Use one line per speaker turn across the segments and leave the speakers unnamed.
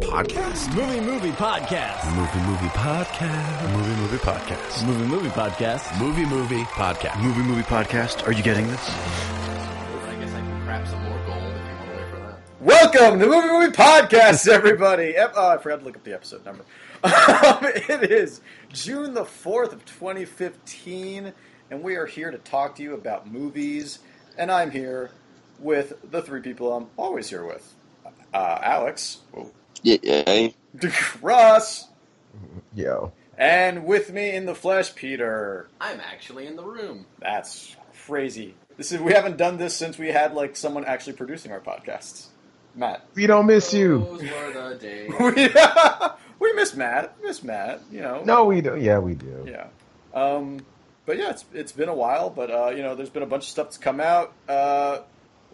podcast?
Movie Movie Podcast.
Movie movie podcast. Movie movie podcast.
Movie Movie Podcast.
Movie movie podcast.
Movie Movie Podcast. Are you getting this?
I guess I can grab some more gold if you want to wait for that.
Welcome to Movie Movie Podcast, everybody. Ep- oh, I forgot to look up the episode number. Um, it is June the 4th of 2015, and we are here to talk to you about movies. And I'm here with the three people I'm always here with uh, Alex,
Yeah.
Russ,
Yo.
and with me in the flesh, Peter.
I'm actually in the room.
That's crazy. This is we haven't done this since we had like someone actually producing our podcasts. Matt.
We don't miss you.
Those were the days.
we, we miss Matt. Miss Matt. You know.
No, we don't. Yeah, we do.
Yeah. Um, but yeah, it's it's been a while. But uh, you know, there's been a bunch of stuff that's come out. Uh,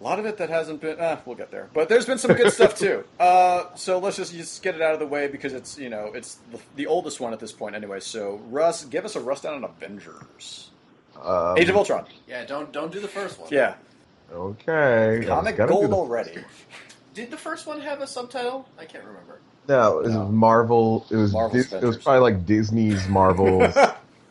a lot of it that hasn't been. Uh, we'll get there. But there's been some good stuff too. Uh, so let's just just get it out of the way because it's you know it's the, the oldest one at this point anyway. So Russ, give us a Russ down on Avengers.
Um,
Age of Ultron.
Yeah, don't don't do the first one.
Yeah.
Okay.
Comic
Gotta do
gold
the-
already.
Did the first one have a subtitle? I can't remember.
No, it was Marvel. It was.
Marvel
Dis- it was
Avengers.
probably like Disney's Marvel's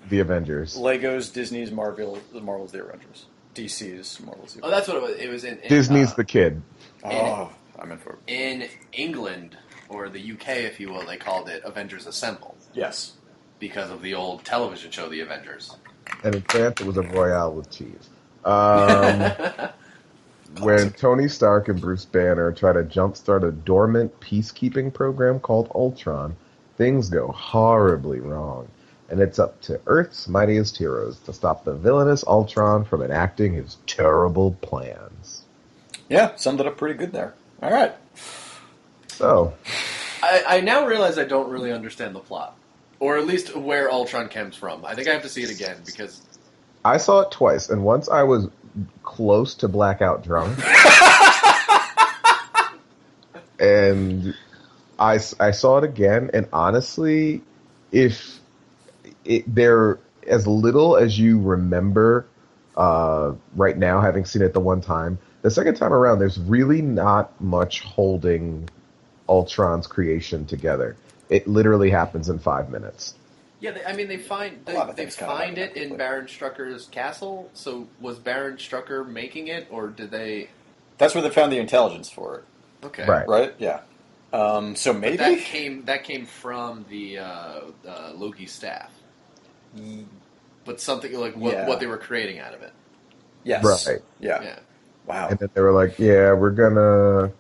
The Avengers.
Legos, Disney's, Marvel, Marvel's The Avengers, DC's, Marvel's. The
Oh, that's what it was. It was in, in
Disney's
uh,
the kid.
Oh, I'm in for it.
in England or the UK, if you will. They called it Avengers Assemble
Yes.
because of the old television show The Avengers.
And in France, it was a Royale with cheese. Um, when Tony Stark and Bruce Banner try to jumpstart a dormant peacekeeping program called Ultron, things go horribly wrong. And it's up to Earth's mightiest heroes to stop the villainous Ultron from enacting his terrible plans.
Yeah, summed it up pretty good there. All right.
So,
I, I now realize I don't really understand the plot, or at least where Ultron comes from. I think I have to see it again because
I saw it twice, and once I was close to blackout drunk. and I, s- I saw it again, and honestly, if it, they're as little as you remember uh, right now, having seen it the one time, the second time around, there's really not much holding Ultron's creation together. It literally happens in five minutes.
Yeah, they, I mean, they find they,
lot of
they
things kinda
find
happen
it in
quickly.
Baron Strucker's castle. So was Baron Strucker making it, or did they?
That's where they found the intelligence for it,
Okay,
Right.
right? Yeah. Um, so
But
maybe.
that came that came from the uh, uh, Loki staff, but something like what,
Mm. Yeah.
what they were creating out of it.
Yes.
Right.
Yeah.
Yeah,
Wow.
And then they were like, "Yeah, we're gonna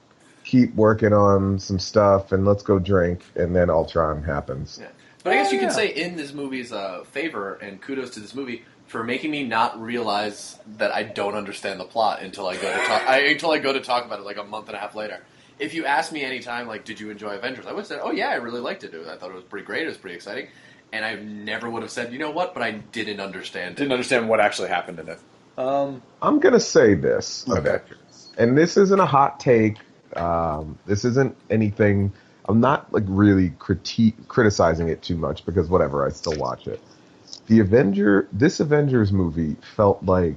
keep working on some stuff, and let's go drink." And then Ultron happens.
yeah. But I guess
Oh,
you
yeah.
can say in this movie's uh, favor, and kudos to this movie for making me not realize that I don't understand the plot until I go to talk. I, until I go to talk about it like a month and a half later. If you asked me any time, like, did you enjoy Avengers? I would have said, oh yeah, I really liked it. I thought it was pretty great. It was pretty exciting. And I never would have said, you know what? But I didn't understand it.
Didn't understand what actually happened in it. Um,
I'm gonna say this,
Okay.
Avengers, and this isn't a hot take. Um, this isn't anything. I'm not like really critique criticizing it too much because whatever, I still watch it. The Avenger, this Avengers movie felt like,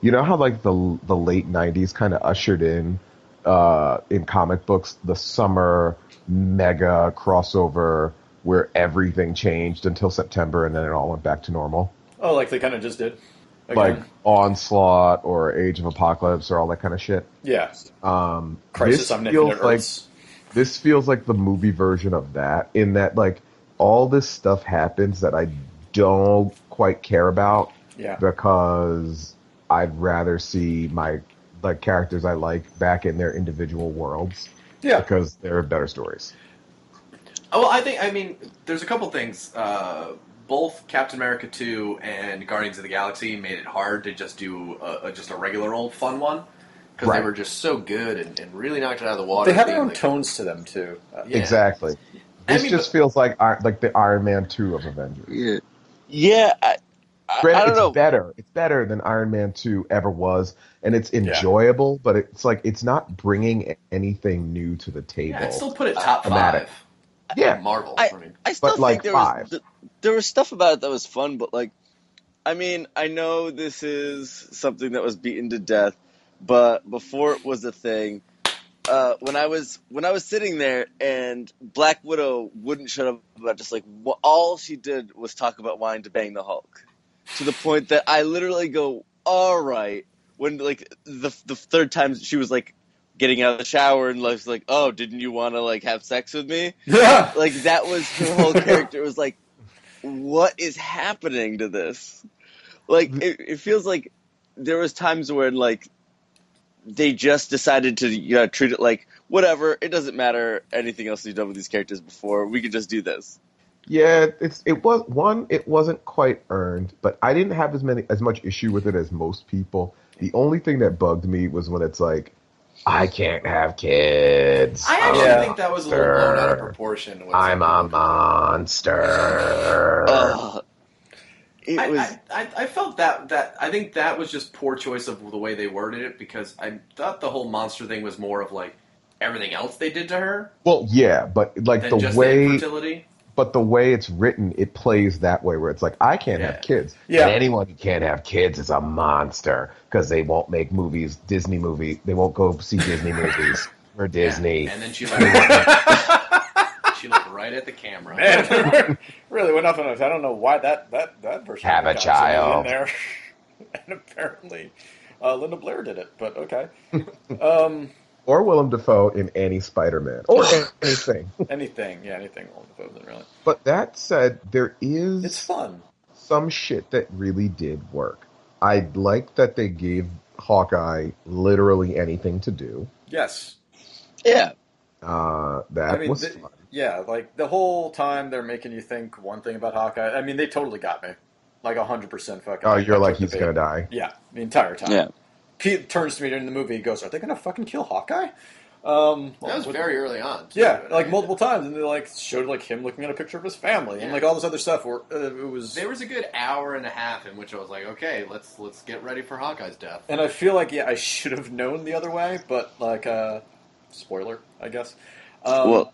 you know how like the the late '90s kind of ushered in uh, in comic books the summer mega crossover where everything changed until September and then it all went back to normal
oh, like they kind of just did. Again.
like Onslaught or Age of Apocalypse or all that kind of shit.
yeah.
Um,
Crisis
this
on
feels
Infinite
like
Earths.
this feels like the movie version of that. In that, like all this stuff happens that I don't quite care about
Yeah.
because I'd rather see my like characters I like back in their individual worlds
Yeah.
because they're better stories.
Oh, well, I think I mean there's a couple things. Uh, both Captain America two and Guardians of the Galaxy made it hard to just do a, a, just a regular old fun one because
Right.
they were just so good and, and really knocked it out of the water.
They have their
being
own
the-
tones to them too. Uh,
Yeah.
Exactly.
I
This
mean,
just
but-
feels like Ir- like the Iron Man two of Avengers.
Yeah. Yeah, I, I,
Granted,
I don't
it's
know.
better. It's better than Iron Man 2 ever was, and it's enjoyable, but it's like it's not bringing anything new to the table.
yeah, I'd still put it
Uh,
top
Thematic.
five.
Yeah,
Marvel. I,
I-
mean,
I still
but,
think
like,
there
five.
was th- there was stuff about it that was fun, but like, I mean, I know this is something that was beaten to death, but before it was a thing, uh, when I was when I was sitting there and Black Widow wouldn't shut up about just like wh- all she did was talk about wanting to bang the Hulk, to the point that I literally go, "All right." When like the the third time she was like getting out of the shower and like, was like "Oh, didn't you want to like have sex with me?"
Yeah.
Like that was her whole character. It was like, "What is happening to this?" Like it, it feels like there was times where like they just decided to you know, treat it like whatever. It doesn't matter anything else you've done with these characters before. We could just do this.
Yeah, it's it was one. It wasn't quite earned, but I didn't have as many as much issue with it as most people. The only thing that bugged me was when it's like, I can't have kids.
I actually
I'm a
think that was a little blown out of
monster.
proportion. with
I'm um,
some
a
people.
monster.
Ugh. it
I,
was
I, I, I felt that that I think that was just poor choice of the way they worded it because I thought the whole monster thing was more of like everything else they did to her
well, yeah, but like
than
the
just the
way,
infertility.
but the way it's written, it plays that way where it's like, I can't
Yeah.
have kids.
Yeah.
And anyone who can't have kids is a monster because they won't make movies, Disney movie. They won't go see Disney movies or Disney.
And then she like she looked right at the camera.
Man, really went off on us. I don't know why that that that version
Have a
got somebody
child.
in there, and apparently uh, Linda Blair did it. But okay, um,
or Willem Dafoe in any Spider-Man or anything.
anything, yeah, anything. Well, if it wasn't really,
But that said, there is
it's fun.
some shit that really did work. I like that they gave Hawkeye literally anything to do.
Yes,
yeah.
Uh, that
I mean,
was
the-
fun.
yeah, like the whole time they're making you think one thing about Hawkeye. I mean, they totally got me, like hundred percent fucking.
Oh, you're
That's
like
what the
he's gonna
bait-
die.
Yeah, the entire time.
Yeah.
Pete turns to me during the movie. He goes, "Are they gonna fucking kill Hawkeye?" Um,
That was
what-
very early on. too.
Yeah, like multiple times, and they like showed like him looking at a picture of his family and
Yeah.
like all this other stuff. Where uh, it was,
There was a good hour and a half in which I was like, okay, let's let's get ready for Hawkeye's death.
and I feel like yeah, I should have known the other way, but like, uh, spoiler, I guess. Um,
well,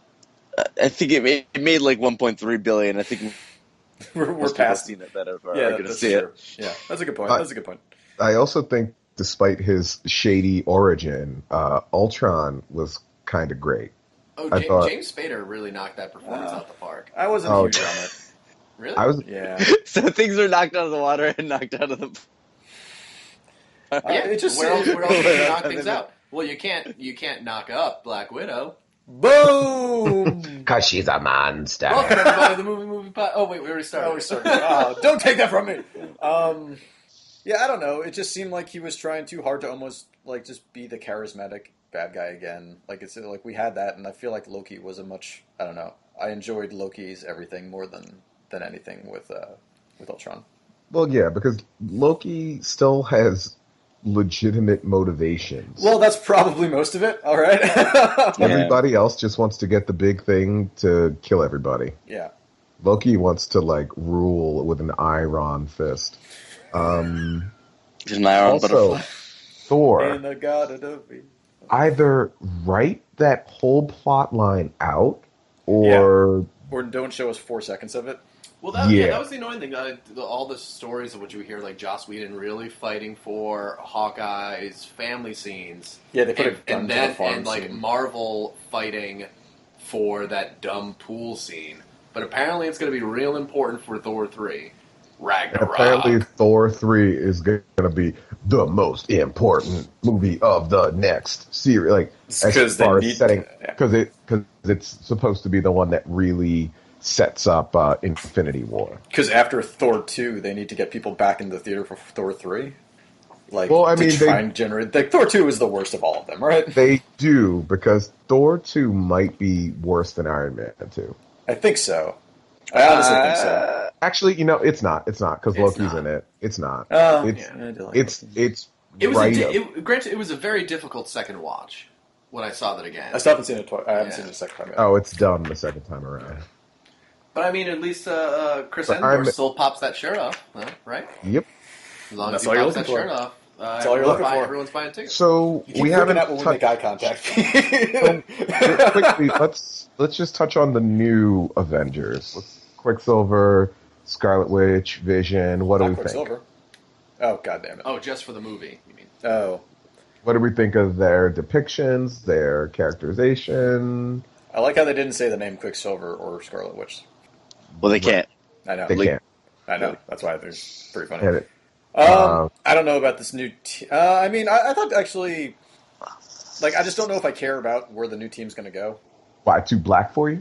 I- I think it made, it made like 1.3 billion. I think
we're, we're
most people
past.
seen it that are,
Yeah,
are going to
that's
see
true.
it.
Yeah, that's a good point.
But-
That's a good point.
I also think, despite his shady origin, uh, Ultron was kind of great.
Oh,
I
James,
thought-
James Spader really knocked that performance
Uh,
out the park.
I wasn't
Oh,
huge on it.
Really?
I was
Yeah,
So things are knocked out of the water and knocked out of the.
Uh,
yeah,
it just
where else, where else can you knock
I
things
think-
out? Well, you can't you can't knock up Black Widow.
boom.
because she's a monster.
Welcome everybody to the movie movie pod. Oh wait, we already started.
Oh, we started. Oh, don't take that from me. Um, yeah, I don't know. It just seemed like he was trying too hard to almost like just be the charismatic bad guy again. Like it's like we had that, and I feel like Loki was a much I don't know. I enjoyed Loki's everything more than than anything with uh, with Ultron.
Well, yeah, because Loki still has legitimate motivations.
Well, that's probably most of it. All right.
Yeah.
Everybody else just wants to get the big thing to kill everybody.
yeah.
Loki wants to like rule with an iron fist. Um,
Just an iron
also,
butterfly.
Thor
And the god of the-
either write that whole plot line out, or
Or don't show us four seconds of it.
Well, that, yeah.
Yeah.
that was the annoying thing. Uh, the, all the stories of what you hear, like Joss Whedon really fighting for Hawkeye's family scenes,
Yeah, they put
and,
a gun
and
to the
then
farm
and like
scene.
Marvel fighting for that dumb pool scene. But apparently, it's going to be real important for Thor three. Ragnarok.
apparently Thor three is going to be the most important movie of the next series. Like
It's
as
'cause they
far
need-
as setting,
yeah.
because it because it's supposed to be the one that really sets up uh, Infinity War.
Because after Thor two, they need to get people back in the theater for Thor three. Like,
Well, I
to
mean,
try
they-
and generate. Like, Thor two is the worst of all of them, right?
They do because Thor two might be worse than Iron Man two.
I think so. I honestly think
Uh,
so.
Actually, you know, it's not. It's not because
It's
Loki's
not.
in it. It's not.
Uh,
it's
yeah, I do like
it's
Loki.
it's
It was
right.
a
up-
di- it, granted, it was a very difficult second watch when I saw that again.
I still haven't seen it. Twice. I haven't
Yeah.
seen it a second time yet.
oh, it's dumb the second time around.
But I mean, at least uh, uh, Chris
But
Hemsworth
I'm-
still pops that shirt off, huh? right?
Yep.
As long
That's
as he
all you're
pops that
looking for.
shirt off, uh,
That's all you're
everyone's
looking
buying-
for.
Everyone's buying tickets.
So
You keep
we
freaking
haven't
out when we
touched-
make eye contact.
So, real quickly, let's let's just touch on the new Avengers. Let's, Quicksilver, Scarlet Witch, Vision. What do
Not
we think?
Quicksilver. Oh god damn it!
Oh, just for the movie, you mean?
Oh,
What do we think of their depictions, their characterization?
I like how they didn't say the name Quicksilver or Scarlet Witch.
Well, they can't.
I know.
They can't
I know. That's why they're pretty funny.
hit it.
Um,
Um,
I don't know about this new. Te- uh, I mean, I, I thought actually, like, I just don't know if I care about where the new team's going to go.
Why too black for you?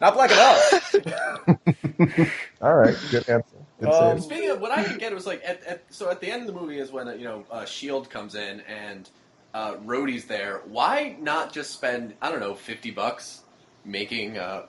Not black enough.
All right, good answer. Good
Um,
save.
Speaking of what I didn't get, it was like at, at so at the end of the movie is when uh, you know uh, Shield comes in and uh, Rhodey's there. Why not just spend I don't know fifty bucks making uh,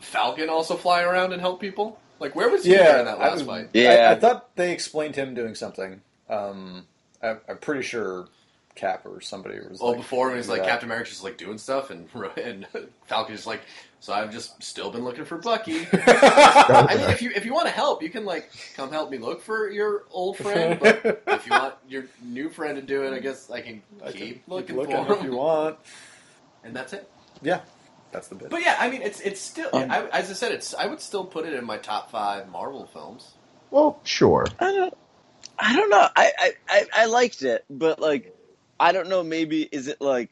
Falcon also fly around and help people? Like where was he
yeah,
during that last
I,
fight?
Yeah.
I, I thought they explained him doing something. Um, I, I'm pretty sure Cap or somebody was.
Well,
like,
before it was like
yeah.
Captain America's just like doing stuff, and and Falcon's just like, so I've just still been looking for Bucky. I mean, if you if you want to help, you can like come help me look for your old friend. But if you want your new friend to do it, I guess I can keep,
I can keep
looking,
looking
for
if
him.
you want.
And that's it.
Yeah, that's the bit.
But yeah, I mean, it's it's still
Um,
I, as I said, it's I would still put it in my top five Marvel films.
Well, sure.
I don't. I don't know. I, I, I, I liked it, but like, I don't know. Maybe is it like,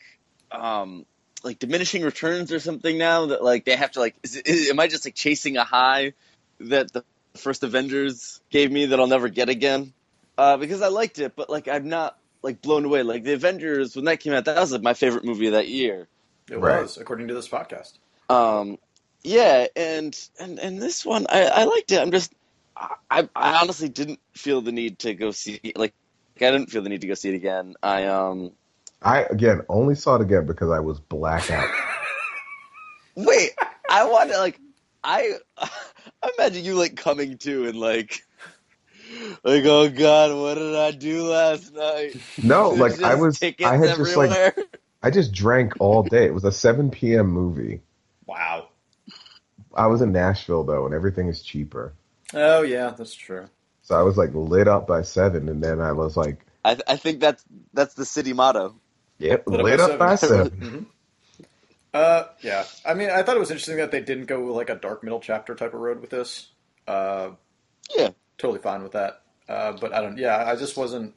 um, like diminishing returns or something now that like they have to like. Is, it- is, am I just like chasing a high that the first Avengers gave me that I'll never get again? Uh, because I liked it, but like I'm not like blown away. Like the Avengers when that came out, that was like, my favorite movie of that year.
it
Right.
was, according to this podcast.
Um, yeah, and and and this one, I, I liked it. I'm just, I, I I honestly didn't feel the need to go see like, I didn't feel the need to go see it again. I um,
I again only saw it again because I was blackout.
wait, I want to like, I, I imagine you like coming to and like, like oh God, what did I do last night?
No, like
There's
I
just
was,
tickets
I had just like,
everywhere.
I just drank all day. It was a 7 p.m. movie.
Wow.
I was in Nashville though, and everything is cheaper.
Oh yeah, that's true.
So I was like lit up by seven, and then I was like,
I I think that's that's the city motto.
yep,
Lit
lit,
up by
up by
seven.
seven.
Uh, yeah. I mean, I thought it was interesting that they didn't go like a dark middle chapter type of road with this. Uh,
Yeah.
totally fine with that. Uh, but I don't. Yeah, I just wasn't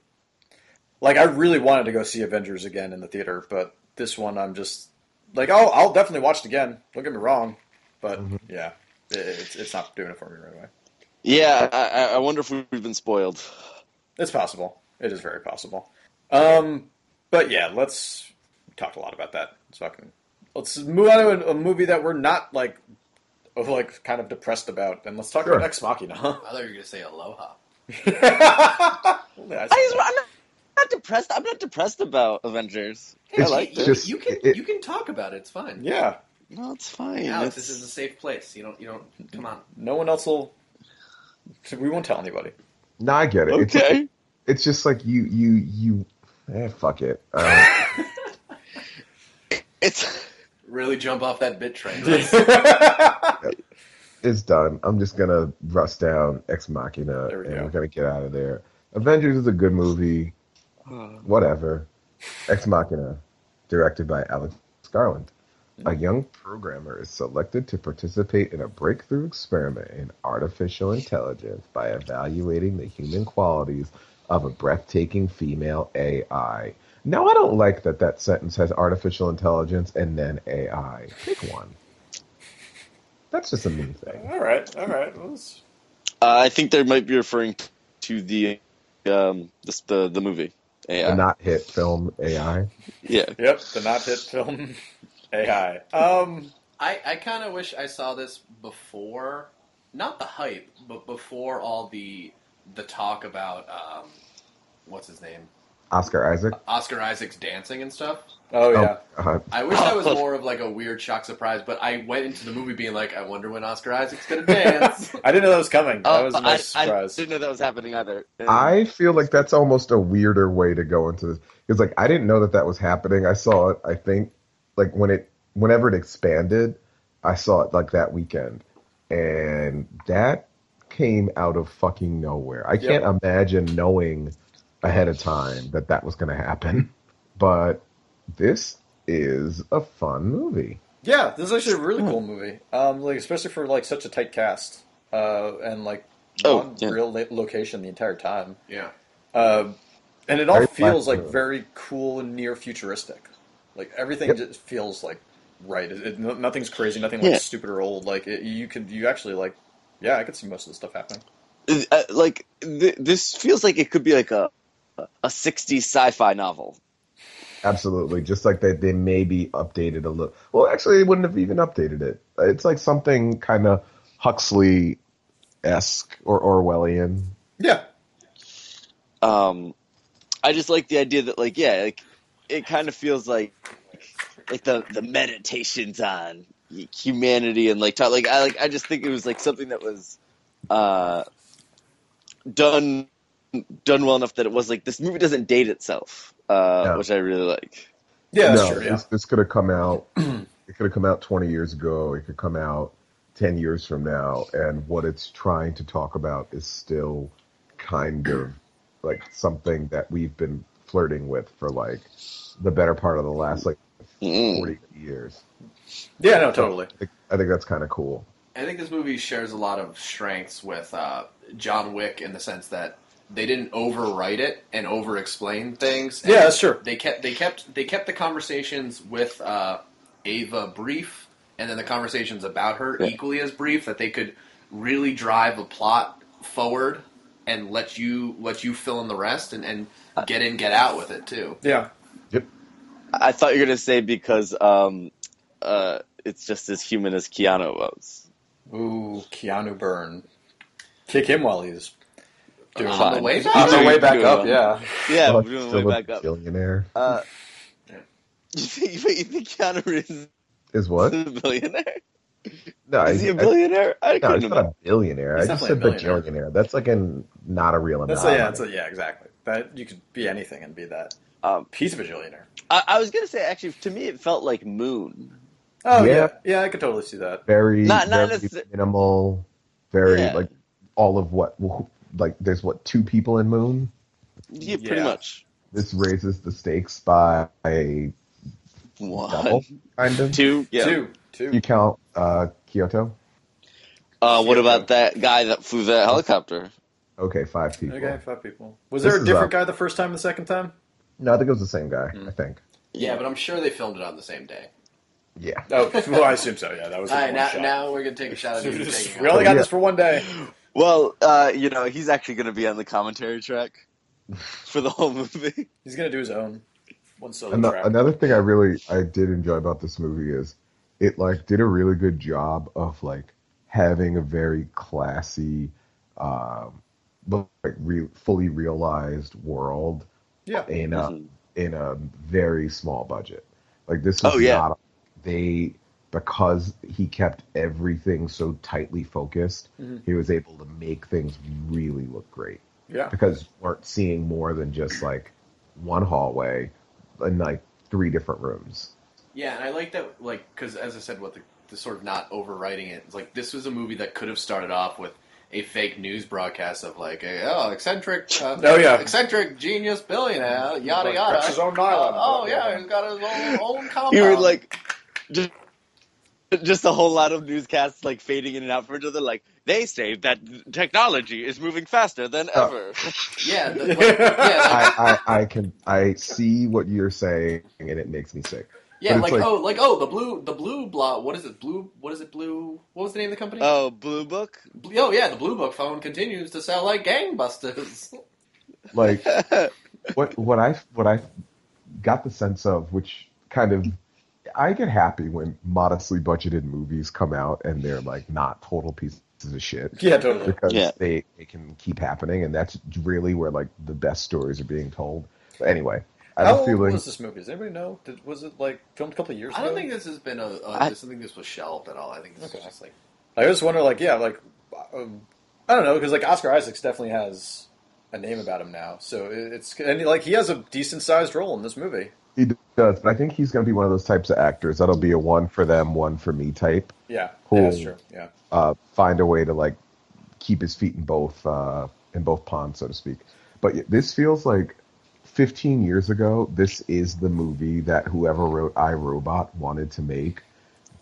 like I really wanted to go see Avengers again in the theater, but this one I'm just like, oh, I'll definitely watch it again. Don't get me wrong, but yeah, it, it's it's not doing it for me right away.
Yeah, I, I I wonder if we've been spoiled.
It's possible. It is very possible. Um, but yeah, let's we talked a lot about that. So I can, let's move on to a, a movie that we're not like oh, like kind of depressed about, and let's talk
Sure.
about Ex Machina.
I thought you were gonna say Aloha.
Yeah, I
I just,
said that.
I'm not, not depressed. I'm not depressed about Avengers. I
It's
like
you,
this.
just-
you can
it-
you can talk about it. It's fine.
yeah,
No, it's fine.
Alex,
It's-
this is a safe place. You don't you don't come on.
no one else will. We won't tell anybody.
No, I get it. It's,
okay.
it's just like you, you, you. Eh, fuck it. Uh,
It's
Really jump off that bit train.
it's done. I'm just gonna rust down Ex Machina,
There we
and
go.
we're gonna get out of there. Avengers is a good movie.
uh,
Whatever. Ex Machina, directed by Alex Garland. A young programmer is selected to participate in a breakthrough experiment in artificial intelligence by evaluating the human qualities of a breathtaking female AI. Now, I don't like that that sentence has artificial intelligence and then AI. Pick one. That's just a mean thing.
All right, all right. Well, let's-
uh, I think they might be referring to the um this, the the movie. AI.
The not hit film AI.
yeah.
Yep, the not hit film AI. Um,
I, I kind of wish I saw this before, not the hype, but before all the the talk about um, what's his name,
Oscar Isaac.
Oscar Isaac's dancing and stuff.
oh yeah,
Oh, God.
I wish that was more of like a weird shock surprise. But I went into the movie being like, I wonder when Oscar Isaac's gonna dance.
I didn't know that was coming. That was a
Uh, I-
nice
I,
surprise.
didn't know that was happening either. And
I feel like that's almost a weirder way to go into this because, like, I didn't know that that was happening. I saw it. I think, like, when it, whenever it expanded, I saw it like that weekend, and that came out of fucking nowhere. I
Yep.
can't imagine knowing ahead of time that that was going to happen, but this is a fun movie.
Yeah, this is actually a really cool movie. Um, like especially for like such a tight cast, uh, and like
Oh,
one
yeah.
real la- location the entire time.
yeah,
Uh, and it all
Very
feels like
flexible.
very cool and near futuristic. Like everything
Yep.
just feels like right. It, it- no- nothing's crazy. Nothing
Yeah.
like stupid or old. Like it, you could you actually like yeah. I could see most of the stuff happening.
uh, like th- this feels like it could be like a a 60s sci-fi novel.
Absolutely. Just like they, they maybe updated a little. Well, actually, they wouldn't have even updated it. It's like something kind of Huxley esque or Orwellian.
Yeah,
Um, I just like the idea that like yeah, like it kind of feels like like the the meditations on humanity and like talk, like I like I just think it was like something that was uh done done well enough that it was like this movie doesn't date itself, uh,
Yeah.
which I really like.
yeah, that's
no,
true. Yeah.
this, this could have come out. it could have come out 20 years ago. It could come out 10 years from now. And what it's trying to talk about is still kind of like something that we've been flirting with for like the better part of the last like
Mm.
40 years.
Yeah, no, totally.
I think, I think that's kind of cool.
I think this movie shares a lot of strengths with uh, John Wick in the sense that they didn't overwrite it and over-explain things. And
Yeah, that's true.
They kept they kept they kept the conversations with uh, Ava brief, and then the conversations about her
Yeah.
equally as brief. That they could really drive a plot forward and let you let you fill in the rest and, and get in get out with it too.
Yeah,
Yep.
I thought you were gonna say because um, uh, it's just as human as Keanu was.
ooh, Keanu Byrne, kick him while he's doing
Fine.
On the way
on
back,
the
Doing-
way back
doing
up.
well.
Yeah,
Yeah,
Well,
we're doing
still
way
a
back up.
Billionaire
Uh,
Yeah.
you think you think Keanu is
is what?
a billionaire?
No,
Is he a
I-
billionaire? I,
no,
couldn't
he's not a
imagine.
billionaire.
He's
I just said
definitely a
billionaire. That's like an not a real
that's
amount.
a, yeah, that's a, yeah, exactly. That you could be anything and be that
Um,
piece of a billionaire.
I, I was gonna say actually, to me, it felt like Moon.
Oh
Yeah.
yeah, yeah, I could totally see that.
very,
Not- not
very
necessar-
minimal. Very
Yeah.
like all of what like there's what two people in Moon.
Yeah, pretty
Yeah.
much.
This raises the stakes by a double,
One,
kind of.
two, yeah.
Two, two.
You count uh, Kyoto.
Uh, what
Yeah.
about that guy that flew that helicopter?
Okay, five people.
Okay, five people. Was
This
there a
is
different
up.
guy the first time, and the second time?
No, I think it was the same guy. I think.
yeah, but I'm sure they filmed it on the same day.
Yeah.
Oh, well, I assume so. Yeah, that was
All
like
right,
one
now,
shot.
now we're gonna take a shot at you. taking
we
off.
only got
Yeah.
this for one day.
Well, uh, you know, he's actually gonna be on the commentary track for the whole movie.
He's gonna do his own one solo
Ano-
track.
another thing I really I did enjoy about this movie is it like did a really good job of like having a very classy, um, but like re- fully realized world
yeah,
in a
Mhm.
in a very small budget. Like this was
Oh, yeah.
not they because he kept everything so tightly focused.
Mm-hmm.
He was able to make things really look great
yeah,
because we weren't seeing more than just like one hallway and like three different rooms.
Yeah, and I like that, like, because as I said, what the, the sort of not overwriting it. It's like this was a movie that could have started off with a fake news broadcast of like, a, oh, eccentric, uh,
Oh, yeah. Mm-hmm.
eccentric genius billionaire, yada
Like,
yada.
that's his own island.
Uh, oh yeah, he's got his own, own compound.
you were like just, just a whole lot of newscasts like fading in and out from each other like they say that technology is moving faster than
Oh.
ever
yeah, the, like, yeah, like,
I, I, I can I see what you're saying and it makes me sick.
yeah,
but it's
like,
like-
oh, like oh, the blue, the blue blah. What is it? Blue? What is it? Blue? What was the name of the company?
oh blue book
Blue- oh yeah, the Blue Book phone continues to sell like gangbusters.
Like what what I what I got the sense of, which kind of I get happy when modestly budgeted movies come out and they're like not total pieces of shit
yeah, totally.
because
Yeah.
they, they can keep happening and that's really where like the best stories are being told. But anyway, I
How
have a
old
feeling
was this movie? Does anybody know? Did, was it like filmed a couple of years
I
ago?
don't think this has been a. a I,
I-
don't think this was shelved at all. I think this is
Okay.
just like.
I just wonder, like, yeah, like, um, I don't know, because like Oscar Isaacs definitely has a name about him now, so it, it's and like he has a decent sized role in this movie.
he does, but I think he's going to be one of those types of actors that'll be a one for them, one for me type.
Yeah, yeah,
Cool.
that's true. Yeah,
uh, find a way to like keep his feet in both uh, in both ponds, so to speak. But y- this feels like 15 years ago. This is the movie that whoever wrote iRobot wanted to make,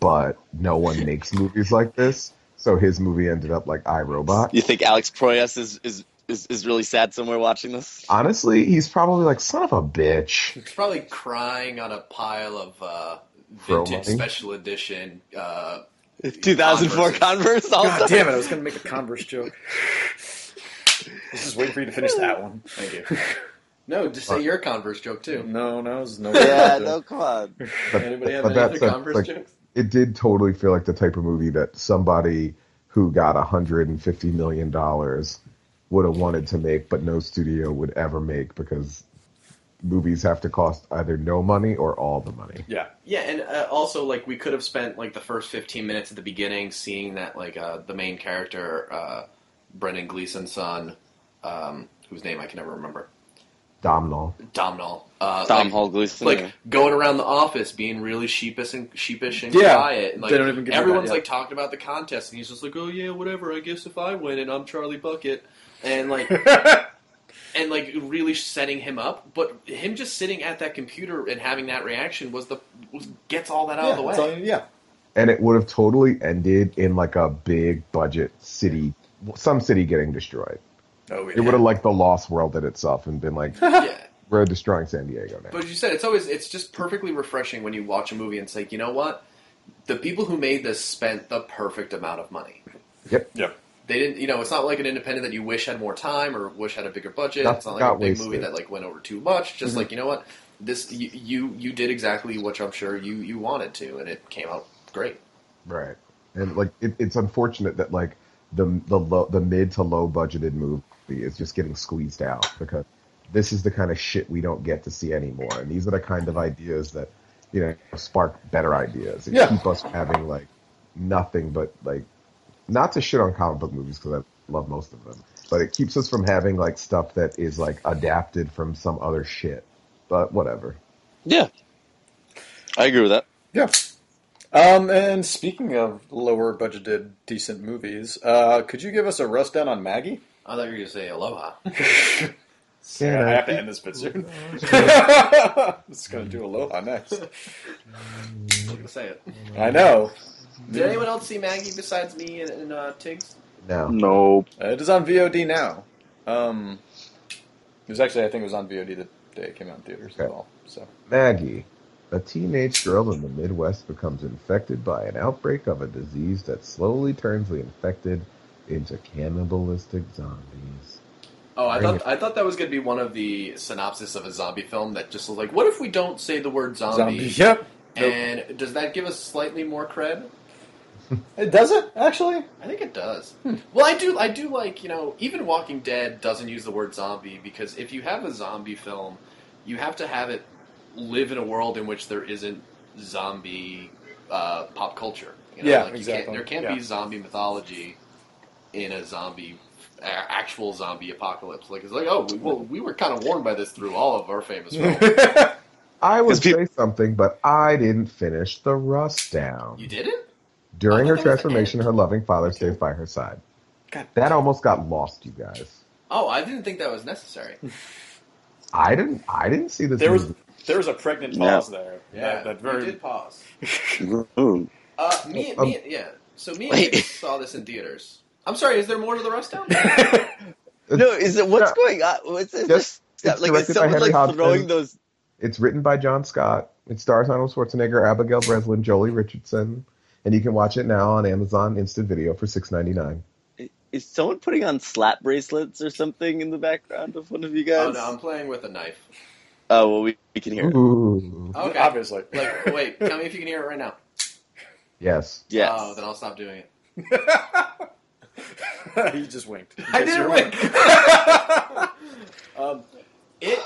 but no one makes movies like this. So his movie ended up like iRobot.
you think alex proyas is is is, is really sad somewhere watching this?
Honestly, he's probably like, son of a bitch.
He's probably crying on a pile of uh, vintage
Promo.
special edition. Uh,
2004 Converse. also.
God damn it! I was going to make a Converse joke. Let's just wait for you to finish that one.
thank you. no, just say your Converse joke too.
No, no, there's no.
Yeah, no, come on.
But-
Mm-hmm. Anybody have
but
any other
that's a-
Converse
like-
jokes?
It did totally feel like the type of movie that somebody who got $150 million would have wanted to make, but no studio would ever make because movies have to cost either no money or all the money.
Yeah,
Yeah, and uh, also like we could have spent like the first fifteen minutes at the beginning seeing that like uh, the main character, uh, Brendan Gleeson's son, um, whose name I can never remember,
Domino.
Domhnall. Uh,
Dom
like,
Hall Gleason.
like going around the office being really sheepish and sheepish and
Yeah,
quiet. And, like,
they don't even give you
everyone's
that, yeah.
like talking about the contest, and he's just like, "Oh yeah, whatever. I guess if I win, and I'm Charlie Bucket." And like, and like really setting him up, but him just sitting at that computer and having that reaction was the was, gets all that out of the way.
that's all you- yeah.
and it would have totally ended in like a big budget city, some city getting destroyed.
Oh, yeah.
It would have like the Lost World in itself and been like,
yeah.
we're destroying San Diego now.
But as you said, it's always it's just perfectly refreshing when you watch a movie and it's like, you know what? The people who made this spent the perfect amount of money.
yep,
Yep.
They didn't, you know, it's not like an independent that you wish had more time or wish had a bigger budget.
Got-
it's not like
got
a big
wasted. Mm-hmm.
movie that like went over too much. Just like you know what, this you, you you did exactly what I'm sure you you wanted to, and it came out great.
right. And like, it, it's unfortunate that like the the low, the mid to low budgeted movie is just getting squeezed out because this is the kind of shit we don't get to see anymore, and these are the kind of ideas that you know spark better ideas and
Yeah.
keep us having like nothing but like not to shit on comic book movies because I love most of them, but it keeps us from having like stuff that is like adapted from some other shit. But whatever.
yeah. I agree with that.
Yeah. Um, and speaking of lower budgeted decent movies, uh, could you give us a rundown on Maggie?
I thought you were gonna say aloha.
I have to end this bit soon. it's gonna do Aloha next.
I was gonna say it.
I know.
Did anyone else see Maggie besides me and, and uh, Tiggs?
No.
Nope.
Uh, It is on VOD now. Um, it was actually I think it was on VOD the day it came out in theaters as
Okay.
well. So
Maggie, a teenage girl in the Midwest becomes infected by an outbreak of a disease that slowly turns the infected into cannibalistic zombies.
Oh, I
Bring
thought I thought that was going to be one of the synopsis of a zombie film that just was like, what if we don't say the word zombie?
Yep. Nope.
And does that give us slightly more cred?
It does it actually.
I think it does.
Hmm.
Well, I do. I do like you know, even Walking Dead doesn't use the word zombie because if you have a zombie film, you have to have it live in a world in which there isn't zombie uh, pop culture. You know?
Yeah,
like you
exactly.
Can't, there can't be
Yeah.
zombie mythology in a zombie. a- Actual zombie apocalypse, like it's like, oh, we, well, we were kind of warned by this through all of our famous films.
I would
'Cause peop-
say something, but I didn't finish the rust down.
you didn't?
During
I
her
thought that was the
transformation,
end.
her loving father stays by her side.
God.
That almost got lost, you guys.
Oh, I didn't think that was necessary.
I didn't. I didn't see this.
There was
movie.
there was a pregnant
Yeah.
pause there. That, that
you
very
did pause.
Ooh.
Uh, me,
Um,
me, yeah. So me and
Wait.
Nick saw this in theaters. I'm sorry. Is there more to the rest down?
No, is it what's
Yeah.
going on? What's is
Yes,
this?
it's
Like, is
directed by
someone
Henry
like
Hodgman.
throwing those?
It's written by John Scott. It stars Arnold Schwarzenegger, Abigail Breslin, Jolie Richardson, and you can watch it now on Amazon Instant Video for six ninety nine.
Is someone putting on slap bracelets or something in the background of one of you guys?
oh no, I'm playing with a knife.
Oh, well, we, we can hear. it.
Ooh,
Okay.
obviously.
Like, wait. Tell me if you can hear it right now.
yes.
Yes.
Oh, then I'll stop doing it.
he just winked.
I did wink. um, it.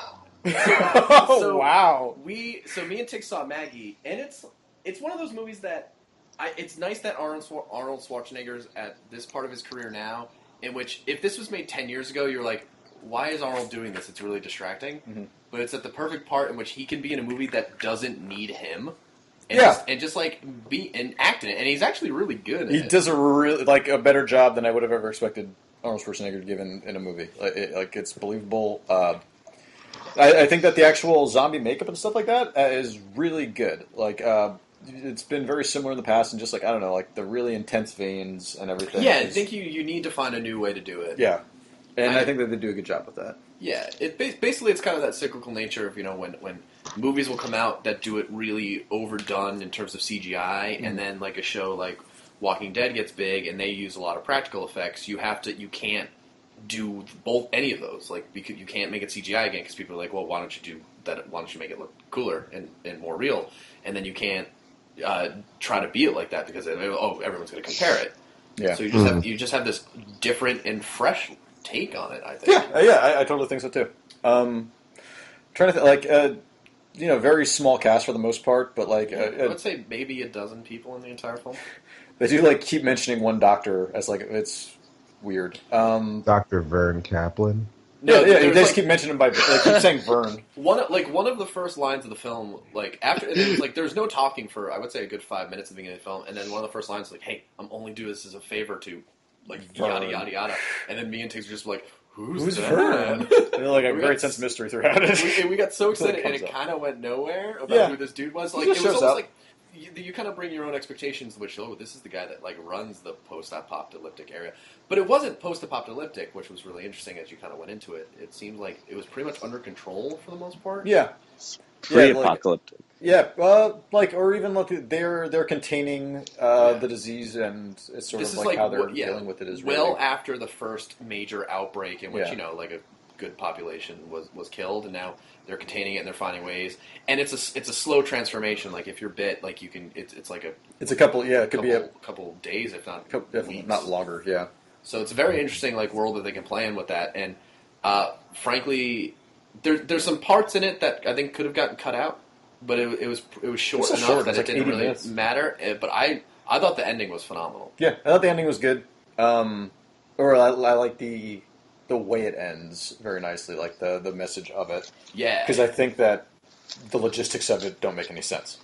oh
So-
wow.
We. So me and Tick saw Maggie, and it's it's one of those movies that I, it's nice that Arnold Schwar- Arnold Schwarzenegger's at this part of his career now, in which if this was made ten years ago, you're like, why is Arnold doing this? It's really distracting.
Mm-hmm.
But it's at the perfect part in which he can be in a movie that doesn't need him. And
Yeah.
just, and just like be and act in it, and he's actually really good. At
He
it.
does a really like a better job than I would have ever expected Arnold Schwarzenegger to give in, in a movie. Like, it, like it's believable. Uh, I, I think that the actual zombie makeup and stuff like that uh, is really good. Like uh, it's been very similar in the past, and just like I don't know, like the really intense veins and everything.
Yeah, I
is-
think you, you need to find a new way to do it.
yeah, and
I-
I think that they do a good job with that.
Yeah, it ba- basically it's kind of that cyclical nature of you know when when movies will come out that do it really overdone in terms of CGI,
Mm-hmm.
and then like a show like Walking Dead gets big and they use a lot of practical effects. You have to you can't do both any of those like because you can't make it CGI again because people are like, well, why don't you do that? Why don't you make it look cooler and and more real? And then you can't uh, try to be it like that because oh everyone's going to compare it.
Yeah. Mm-hmm.
So you just have you just have this different and fresh take on it. I think.
Yeah, uh, yeah, I, I totally think so too. Um, trying to th- like uh, you know, very small cast for the most part, but like uh,
I
uh,
would say maybe a dozen people in the entire film.
they do like keep mentioning one doctor as like it's weird. Um,
Dr. Vern Kaplan.
yeah,
No,
yeah,
there
they
was,
just
like-
keep mentioning him by they keep saying Vern.
One of- like one of the first lines of the film, like after and it was, like there's no talking for I would say a good five minutes at the beginning of the film, and then one of the first lines is like, "Hey, I'm only doing this as a favor to," like yada
Vern.
yada yada, and then me and Tiggs are just like, "Who's,
Who's
that
Vern?
man?"
And, like a
We
great
got-
sense of mystery throughout
we,
it.
and we got so
Until it
excited, and
comes
it
up.
kind of went nowhere about
Yeah.
who this dude was.
He
Like it
just
was
shows
almost
up.
like you, you kind of bring your own expectations, which oh, this is the guy that like runs the post-apocalyptic area. But it wasn't post-apocalyptic, which was really interesting as you kind of went into it. It seemed like it was pretty much under control for the most part.
Yeah, Yeah, like-
Pre-apocalyptic.
yeah, uh, like or even like they're they're containing uh,
Yeah.
the disease and it's sort
this
of
is
like,
like
how they're
what- yeah,
dealing with it is
well
really,
after the first major outbreak in which
Yeah.
you know like a good population was was killed and now they're containing it and they're finding ways and it's a s- it's a slow transformation like if you're bit like you can it's it's like a
it's a couple. Yeah, it could
couple,
be a
couple days, if not
couple, definitely
weeks.
not longer. Yeah,
So it's a very interesting like world that they can play in with that. And uh, frankly, there, there's some parts in it that I think could have gotten cut out, but it, it was it was short
so
enough
short,
that
it's
it
like
didn't
80
really
minutes.
matter. Eh, But I I thought the ending was phenomenal.
yeah. I thought the ending was good. Um, or I, I like the the way it ends very nicely, like the the message of it,
Yeah,
because I think that the logistics of it don't make any sense.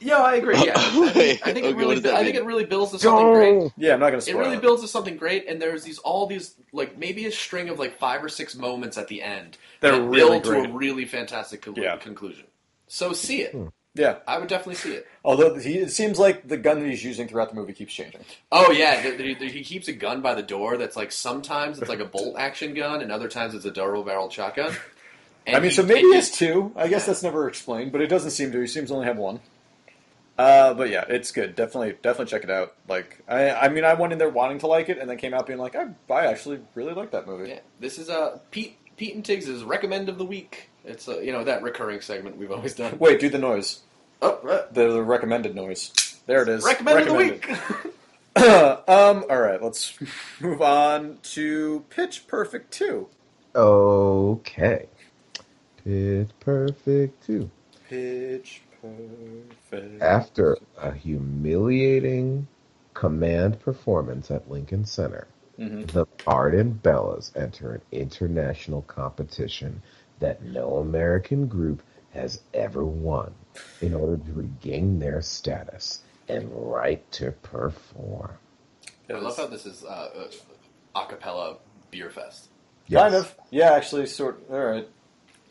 yeah I agree. Yeah, I think, I think
Okay,
it
what
really
does that
I think
mean?
it really builds to something great.
Yeah, I'm not going to
It
spoil
really builds to something great, and there's these all these like maybe a string of like five or six moments at the end
They're
that
really
build to
great.
a really fantastic con-
Yeah. Hmm.
conclusion. So see it.
Yeah,
I would definitely see it.
although he, it seems like the gun that he's using throughout the movie keeps changing.
Oh yeah, th th th- he keeps a gun by the door. That's like sometimes it's like a bolt action gun, and other times it's a double barreled shotgun. And
I mean,
he-
so maybe
and
he
he-
has two. I guess that's never explained, but it doesn't seem to. He seems to only have one. Uh, but yeah, it's good. Definitely, definitely check it out. Like, I, I mean, I went in there wanting to like it, and then came out being like, I, I actually really like that movie.
Yeah, this is uh, Pete Pete and Tiggs's recommend of the week. It's uh, you know that recurring segment we've always done.
Wait, do the noise.
Oh, uh,
The, the recommended noise. There it is.
recommend of the
Recommended.
week.
um, all right, let's move on to Pitch Perfect Two.
Okay. Pitch Perfect 2.
Pitch Perfect.
After a humiliating command performance at Lincoln Center,
Mhm.
the Arden Bellas enter an international competition that no American group has ever won in order to regain their status and right to perform.
I love how this is uh, uh, acapella beer fest.
Kind of. Yeah, actually, sort. All right.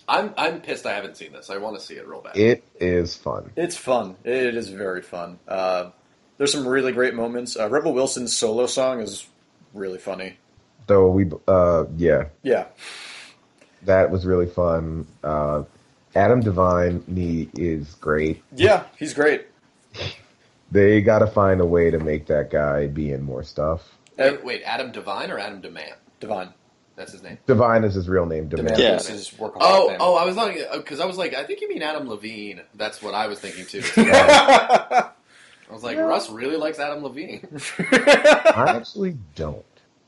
I'm I'm pissed I haven't seen this. I want to see it real bad.
It is fun.
It's fun. It is very fun. Uh, there's some really great moments. Uh, Rebel Wilson's solo song is really funny.
Though we, uh, yeah,
Yeah,
that was really fun. Uh, Adam Devine he is great.
yeah, he's great.
They got to find a way to make that guy be in more stuff.
wait, wait, Adam Devine or Adam Deman?
Divine.
That's his name.
Devine is his real name.
Demand
Devine.
Yeah.
is his work.
Oh, oh, I was not because I was like, I think you mean Adam Levine. That's what I was thinking too. I was like, Russ really likes Adam Levine.
I actually don't.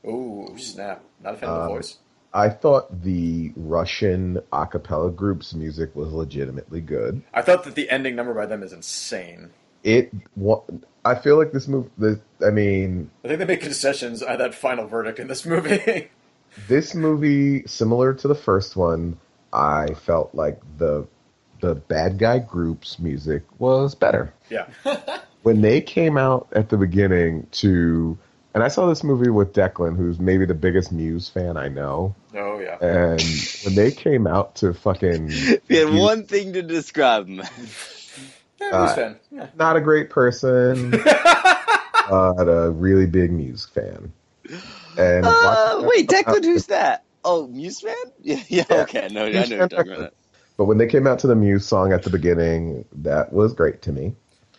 oh, snap! Not a fan of
Um,
the voice.
I thought the Russian a cappella group's music was legitimately good.
I thought that the ending number by them is insane.
It, wa- I feel like this move. This, I mean,
I think they made concessions on that final verdict in this movie.
this movie, similar to the first one, I felt like the the bad guy group's music was better.
yeah,
When they came out at the beginning to and I saw this movie with Declan, who's maybe the biggest Muse fan I know.
oh yeah.
And when they came out to fucking
If you had
Muse-
one thing to describe him,
yeah he's
Uh,
fan. Yeah.
not a great person, but a really big Muse fan. And
Uh,
watch-
wait, Declan, who's that? Oh, Muse Man? Yeah, yeah, okay. No, I know
Muse
you're
Man
talking about that.
But when they came out to the Muse song at the beginning, that was great to me,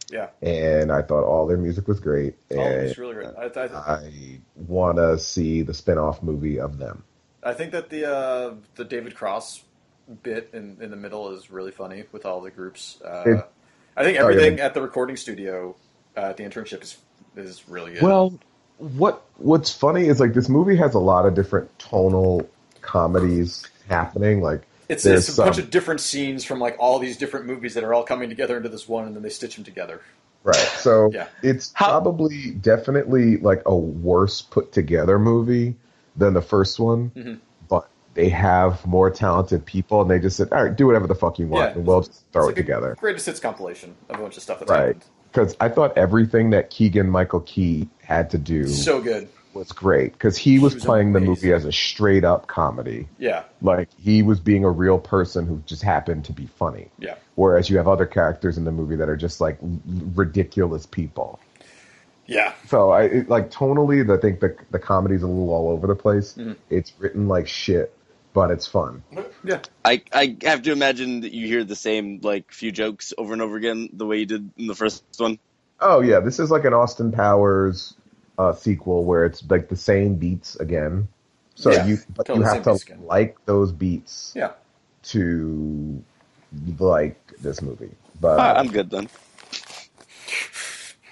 Yeah.
and I thought all their music was great.
Oh,
and
it's really great. I, I,
Uh, I want to see the spin-off movie of them.
I think that the uh, the David Cross bit in, in the middle is really funny with all the groups. Uh,
It-
I think
Oh, yeah,
everything
but-
at the recording studio uh, at the internship is is really good.
Well, what what's funny is like this movie has a lot of different tonal comedies happening. Like
it's
there's
it's a
some-
bunch of different scenes from like all these different movies that are all coming together into this one, and then they stitch them together.
right, so
Yeah.
it's
How-
probably definitely like a worse put together movie than the first one,
Mhm.
but they have more talented people, and they just said, "All right, do whatever the fuck you want,
Yeah.
and we'll just throw it
It's like a
together."
Greatest hits compilation of a bunch of stuff that's
Right.
happened.
Because I thought everything that Keegan Michael Key had to do
So good.
was great because he was,
was
playing the
amazing.
movie as a straight up comedy.
Yeah.
Like he was being a real person who just happened to be funny.
Yeah.
Whereas you have other characters in the movie that are just like l- ridiculous people.
Yeah.
So I it, like tonally, I think the the comedy's a little all over the place. It's written like shit, but it's fun.
Yeah.
I, I have to imagine that you hear the same like few jokes over and over again the way you did in the first one.
Oh yeah, this is like an Austin Powers uh, sequel where it's like the same beats again. So
Yeah,
you but
totally
you
same
have to
beats again.
like those beats
Yeah.
to like this movie. But
All right, I'm good then.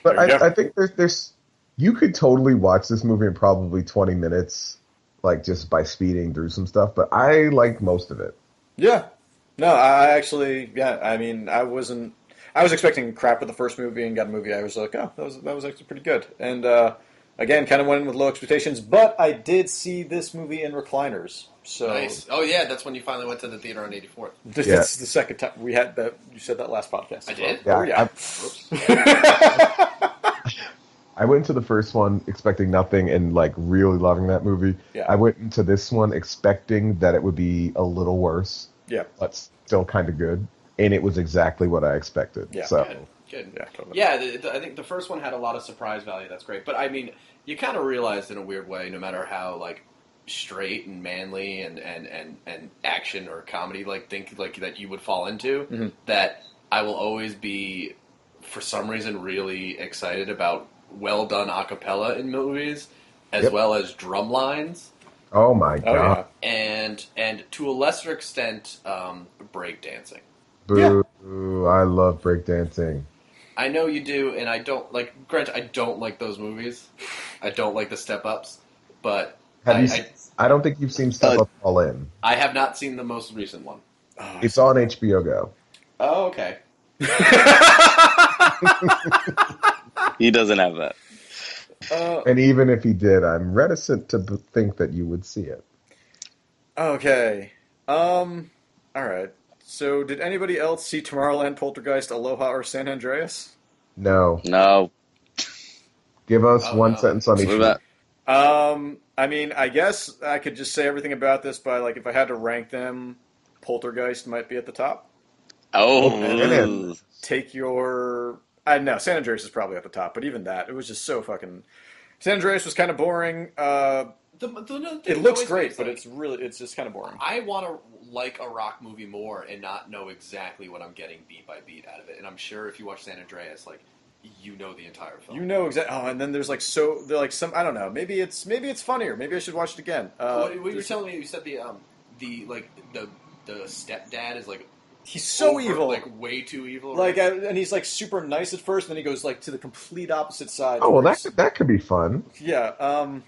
But
There you go.
I, I think there's there's you could totally watch this movie in probably 20 minutes, like just by speeding through some stuff. But I liked most of it.
Yeah. No, I I actually, yeah. I mean, I wasn't. I was expecting crap with the first movie and got a movie. I was like, oh, that was that was actually pretty good. And uh, again, kind of went in with low expectations, but I did see this movie in recliners. So
Nice. Oh yeah, that's when you finally went to the theater on 84th.
this,
Yeah.
this is the second time we had that. You said that last podcast. as
I
well.
did?
Yeah,
Oh, yeah.
I went to the first one expecting nothing and like really loving that movie.
Yeah.
I went into this one expecting that it would be a little worse,
yeah.
but still kind of good. And it was exactly what I expected.
Yeah.
so
Good. Good.
Yeah. Totally.
Yeah, the, the, I think the first one had a lot of surprise value. That's great, but I mean, you kind of realized in a weird way, no matter how like straight and manly and and and, and action or comedy like think like that you would fall into,
Mhm.
that I will always be for some reason really excited about well done acapella in movies, as
Yep.
well as drum lines
oh my
Oh yeah.
god,
and and to a lesser extent um, break dancing.
boo! I love breakdancing.
I know you do, and I don't like. Granted, I don't like those movies. I don't like the step ups, but
Have
I,
you?
I,
Seen, I don't think you've seen Step
Uh,
Up All In.
I have not seen the most recent one.
Oh,
It's on HBO Go.
Oh, okay.
He doesn't have that.
uh,
And even if he did, I'm reticent to b- think that you would see it.
Okay. Um. All right. So, did anybody else see Tomorrowland, Poltergeist, Aloha, or San Andreas?
No.
No,
Give us
Oh,
one
no.
sentence on
So
each
what
one.
about-
Um. I mean, I guess I could just say everything about this by like, if I had to rank them, Poltergeist might be at the top.
oh,
man.
Take your. I know San Andreas is probably at the top, but even that, it was just so fucking. San Andreas was kind of boring. Uh,
The, the, the thing
it
that
looks
always
great,
is,
but
like,
it's really it's just kind of boring.
I want to like a rock movie more and not know exactly what I'm getting beat by beat out of it. And I'm sure if you watch San Andreas, like you know the entire film.
You know exactly. Oh, and then there's like so they're like some I don't know. Maybe it's maybe it's funnier. Maybe I should watch it again. Uh,
what, what you were
there's-
telling me, you said the um the like the the stepdad is like
he's so
over-
evil.
like way too evil.
Like,
right?
I, and he's like super nice at first, and then he goes like to the complete opposite side.
Oh well,
where
that
he's-
could, that could be fun.
yeah. Um,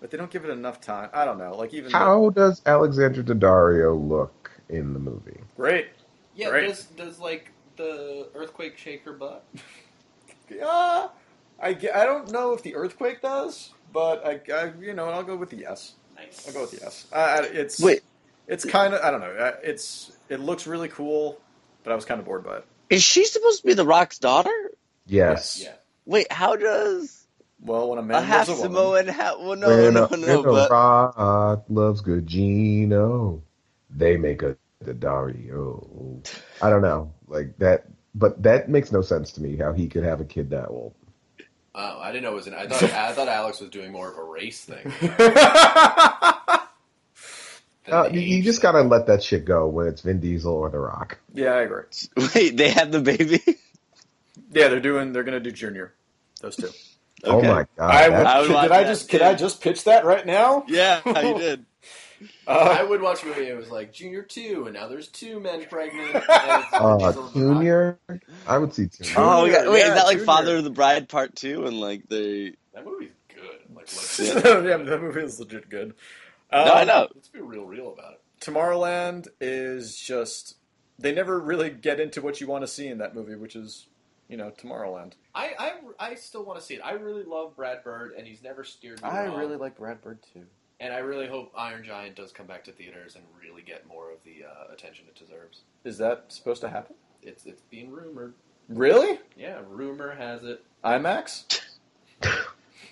but they don't give it enough time. I don't know. Like even
How does Alexandra Daddario look in the movie?
great.
yeah,
right.
does does like the earthquake shake her butt?
Uh, I ge- I don't know if the earthquake does, but I, I you know I'll go with the yes.
Nice.
I'll go with the yes. I, I, it's
wait,
It's kind of I don't know. I- It's it looks really cool, but I was kind of bored by it.
is she supposed to be the Rock's daughter?
Yes.
Yeah.
Wait, how does
Well, when a
a
man
half
loves a woman,
Samoan half? Well, no,
When
no,
a, when
no,
a
but
rock loves good Gino, they make a Daddario. I don't know, like that, but that makes no sense to me. How he could have a kid that old?
Oh, I didn't know it was an. I thought I thought Alex was doing more of a race thing. than
Uh,
the
you, you
age
just
thing.
gotta let that shit go when it's Vin Diesel or The Rock.
Yeah, I agree.
Wait, they have the baby.
Yeah, they're doing. They're gonna do junior. Those two.
Oh
Okay.
my god!
I would,
that-
I would
could-
watch
did I
that,
just could
too.
I just pitch that right now?
Yeah, you did.
Uh,
I would watch a movie. It was like Junior Two, and now there's two men pregnant. and it's Diesel
uh,
and The Rock.
Junior, I would see Junior.
Junior,
oh, we got, wait,
yeah,
is that like
Junior.
Father of the Bride Part Two? And like they,
That movie's good. Like, let's,
yeah, that movie is legit good. Um,
no, I know.
let's be real, real about it.
Tomorrowland is just they never really get into what you want to see in that movie, which is you know Tomorrowland.
I, I, I still want to see it. I really love Brad Bird, and he's never steered me wrong.
like Brad Bird too.
and I really hope Iron Giant does come back to theaters and really get more of the uh, attention it deserves.
Is that supposed to happen?
It's it's being rumored.
Really?
Yeah, rumor has it.
IMAX?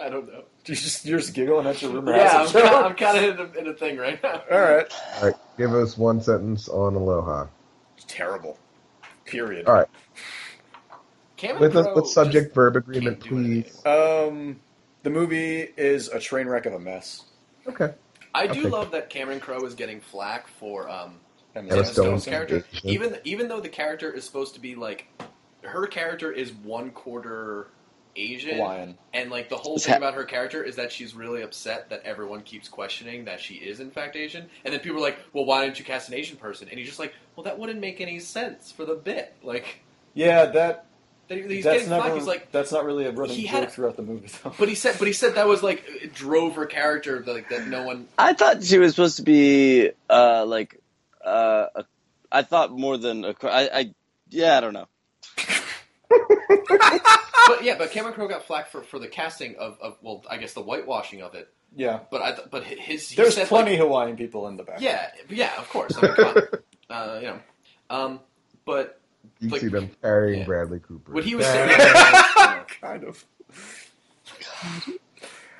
I don't know.
You just, you're just giggling at your rumor.
Yeah, I'm
That's a
kind,
joke.
of, I'm kind of in a, in a thing right now.
All right.
All right, give us one sentence on Aloha.
Terrible. Period.
All right,
Cameron
with
Crowe
with subject
just
verb
can't
agreement,
do anything
please.
anymore.
Um, the movie is a train wreck of a mess.
Okay.
I do
okay.
love that Cameron Crowe is getting flack for um,
Emma
Emma
Emma Stone's
Stone's
character.
engagement.
Even even though the character is supposed to be like, her character is one quarter Asian,
Hawaiian.
and like the whole
Is
thing
that-
about her character is that she's really upset that everyone keeps questioning that she is in fact Asian, and then people are like, "Well, why didn't you cast an Asian person?" And he's just like, "Well, that wouldn't make any sense for the bit." Like,
Yeah, that
that he's
that's
getting
never
flack. He's like,
that's not really a running
He
joke
had a-
throughout the movie. Though.
But he said, but he said that was like it drove her character, like that no one.
I thought she was supposed to be uh like uh a, I thought more than a cr- I, I yeah I don't know.
But yeah, but Cameron Crowe got flack for, for the casting of, of well, I guess the whitewashing of it.
yeah,
But I th- but hi- his he
there's
said,
plenty
like-
Hawaiian people in the back.
yeah, yeah, of course. I mean, come on. uh, you know, um, but
You
Like-
see them carrying
yeah.
Bradley Cooper.
what he was
That-
saying. Yeah.
kind of.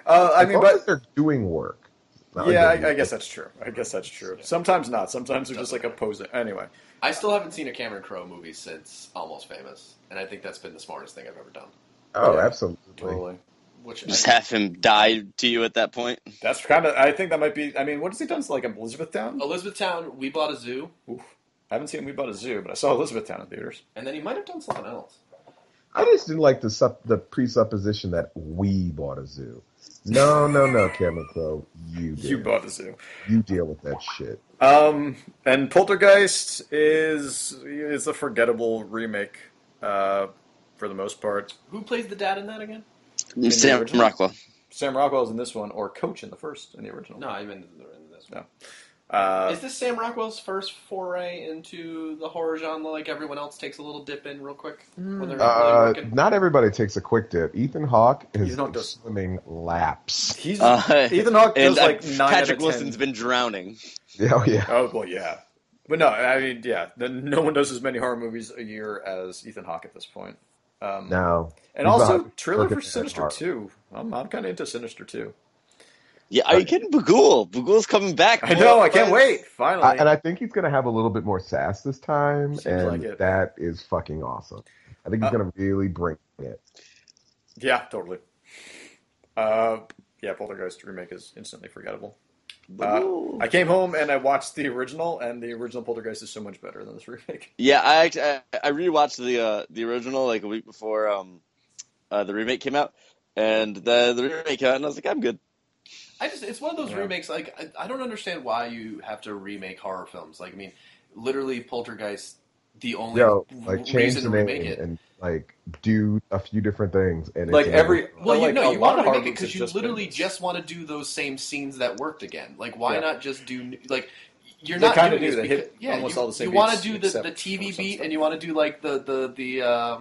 Uh, I
as
mean,
long
but
as they're doing work. Not like
yeah,
they're
I, I
doing-
guess that's true. I guess that's true. Sometimes not. Sometimes they're just like opposing. Anyway,
I still haven't seen a Cameron Crowe movie since Almost Famous, and I think that's been the smartest thing I've ever done.
Oh,
yeah,
absolutely.
totally.
Which
Just
I,
have him die to you at that point.
That's kind of. I think that might be. I mean, what has he done? Like Elizabethtown?
Elizabethtown, We Bought a Zoo,
Oof. I haven't seen We Bought a Zoo, but I saw Elizabethtown in theaters.
and then he might have done something else.
I just didn't like the sup- the presupposition that we bought a zoo. No, no, no, Cameron Crowe, you did.
You bought a zoo.
You deal with that shit.
Um, and Poltergeist is is a forgettable remake uh, for the most part.
Who plays the dad in that again?
the
Sam
original?
Rockwell.
Sam Rockwell's in this one, or Coach in the first in the original.
No, I mean in this one.
Uh,
Is this Sam Rockwell's first foray into the horror genre? Like everyone else takes a little dip in real quick when they're really
Uh,
working.
not everybody takes a quick dip. Ethan Hawke is
He's not just-
swimming laps.
he's
Uh,
Ethan Hawke
and
does like
uh,
nine
Patrick
out of
Wilson's
ten.
been drowning.
Oh yeah.
Oh well, yeah, but no, I mean, yeah, the, no one does as many horror movies a year as Ethan Hawke at this point. Um,
No.
and
He's
also
not
trailer
working
for
that
Sinister
hard.
too. I'm, I'm kind of into Sinister too.
Yeah, are you kidding? Bagul. Bagul's coming back.
I know, I can't
boys.
wait. Finally,
I, and I think he's gonna have a little bit more sass this time,
Oh, Seems
and
like it.
that is fucking awesome. I think he's
Uh,
gonna really bring it.
Yeah, totally. Uh, yeah, Poltergeist remake is instantly forgettable. Uh,
Bagul.
I came home and I watched the original, and the original Poltergeist is so much better than this remake.
Yeah, I actually I, I rewatched the uh, the original like a week before um, uh, the remake came out, and the, the remake came out, and I was like, I'm good.
I just it's one of those
Yeah.
remakes. Like I, I don't understand why you have to remake horror films. Like I mean, literally Poltergeist. The only
Yo,
w-
like change
reason
the
to remake
name
it.
and like do a few different things, and
Like
it's another-
every,
well, you
like
know,
a
you
lot
want
of
to
horror
remake
movies
it because
has
you
just been
literally
this.
just want to do those same scenes that worked again. Like, why
Yeah.
not just do like you're
They
not
kinda
doing
do.
this
They
because,
hit
yeah,
almost
you,
all the same
you want to
beats
do the, the
except
TV
for some
beat
stuff.
and you want to do like the the the uh,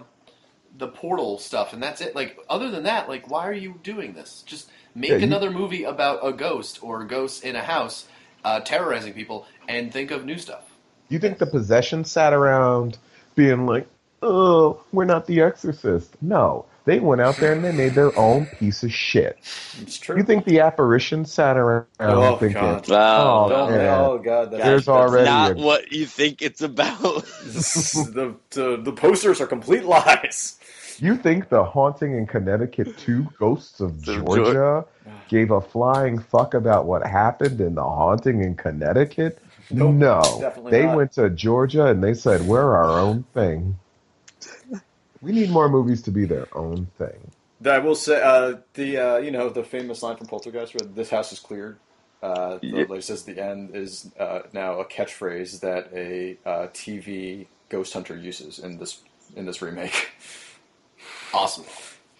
the portal stuff and that's it. Like, other than that, like, why are you doing this? Just make
Yeah, you-
another movie about a ghost or ghosts in a house uh, terrorizing people and think of new stuff.
You think the possession sat around being like, "Oh, we're not The Exorcist." No, they went out there and they made their own piece of shit.
It's true.
You think the apparition sat around
Oh,
thinking,
God.
Wow.
"Oh,
Don't.
wow.
man,
Oh God, that's,
there's
That's
already
not
a-
what you think it's about.
the, the the posters are complete lies.
You think the haunting in Connecticut 2 Ghosts of
Geor-
Georgia gave a flying fuck about what happened in the haunting in Connecticut?
Nope,
no.
definitely
They
not.
went to Georgia and they said, We're our own thing. We need more movies to be their own thing.
I will say uh, the uh, you know the famous line from Poltergeist where this house is cleared. Uh, the
Yeah.
like, says the end is uh, now a catchphrase that a uh, TV ghost hunter uses in this in this remake.
Awesome.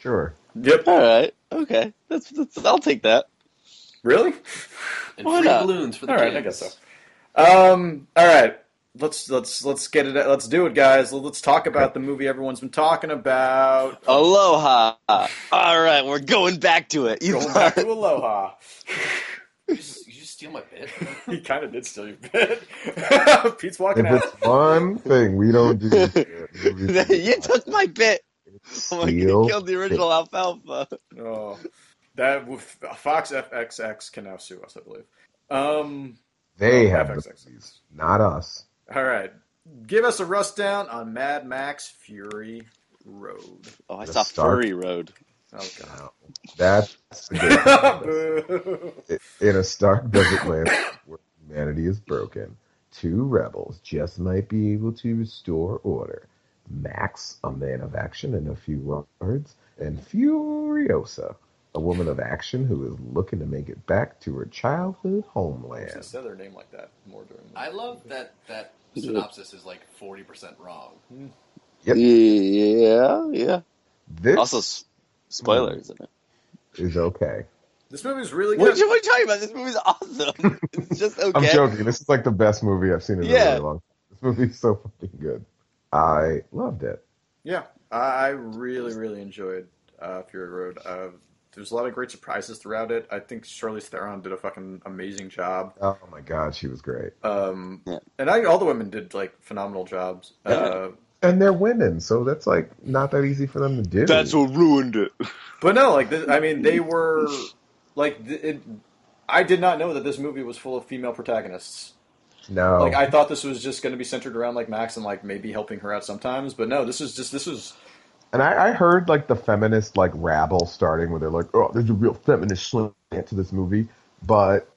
Sure.
Yep.
All right. Okay. That's, that's I'll take that.
Really?
And
Why
free
not?
balloons for the
All
kids.
right, I guess so. Um, all right, let's let's let's get it. Let's do it, guys. Let's talk about the movie everyone's been talking about.
Aloha. All right, we're going back to it. You
Going
thought-
back to Aloha.
You just, you just steal my bit.
He kind of did steal your bit. Pete's walking
If
out.
it's one thing we don't do,
you took my bit. Oh my God, you
steal.
killed the original alfalfa.
Oh, that Fox FXX can now sue us, I believe. Um,
They have the
FXX.
movies, not us.
all right, give us a rust down on Mad Max Fury Road.
Oh, I
The
saw
Star-
Furry Road.
Oh god.
No. That's the good.
Boo.
in a stark desert land where humanity is broken, two rebels just might be able to restore order. Max, a man of action and a few words, and Furiosa, a woman of action who is looking to make it back to her childhood
She
homeland.
said their name like that more during. The
I love that that synopsis is like 40% wrong.
Yep.
Yeah, yeah.
This
Also, s- spoilers in it.
is okay.
This movie is really
What,
good.
are you- what are you talking about? This movie's awesome. It's just okay.
I'm joking. This is like the best movie I've seen in a
Yeah.
really long time. This movie's so fucking good. I loved it.
Yeah, I I really, really enjoyed uh, Fury Road. Uh, there's a lot of great surprises throughout it. I think Charlize Theron did a fucking amazing job,
Oh my god, she was great.
um,
Yeah.
and I, all the women did like phenomenal jobs. Uh,
And they're women, so that's like not that easy for them to do.
That's what ruined it.
but no, like this, I mean, they were like th- it, I did not know that this movie was full of female protagonists.
Oh.
no.
Like I thought this was just going to be centered around like Max and like maybe helping her out sometimes, but no, this is just this is
And I, I heard like the feminist like rabble starting where they're like, oh, there's a real feminist slant to this movie, but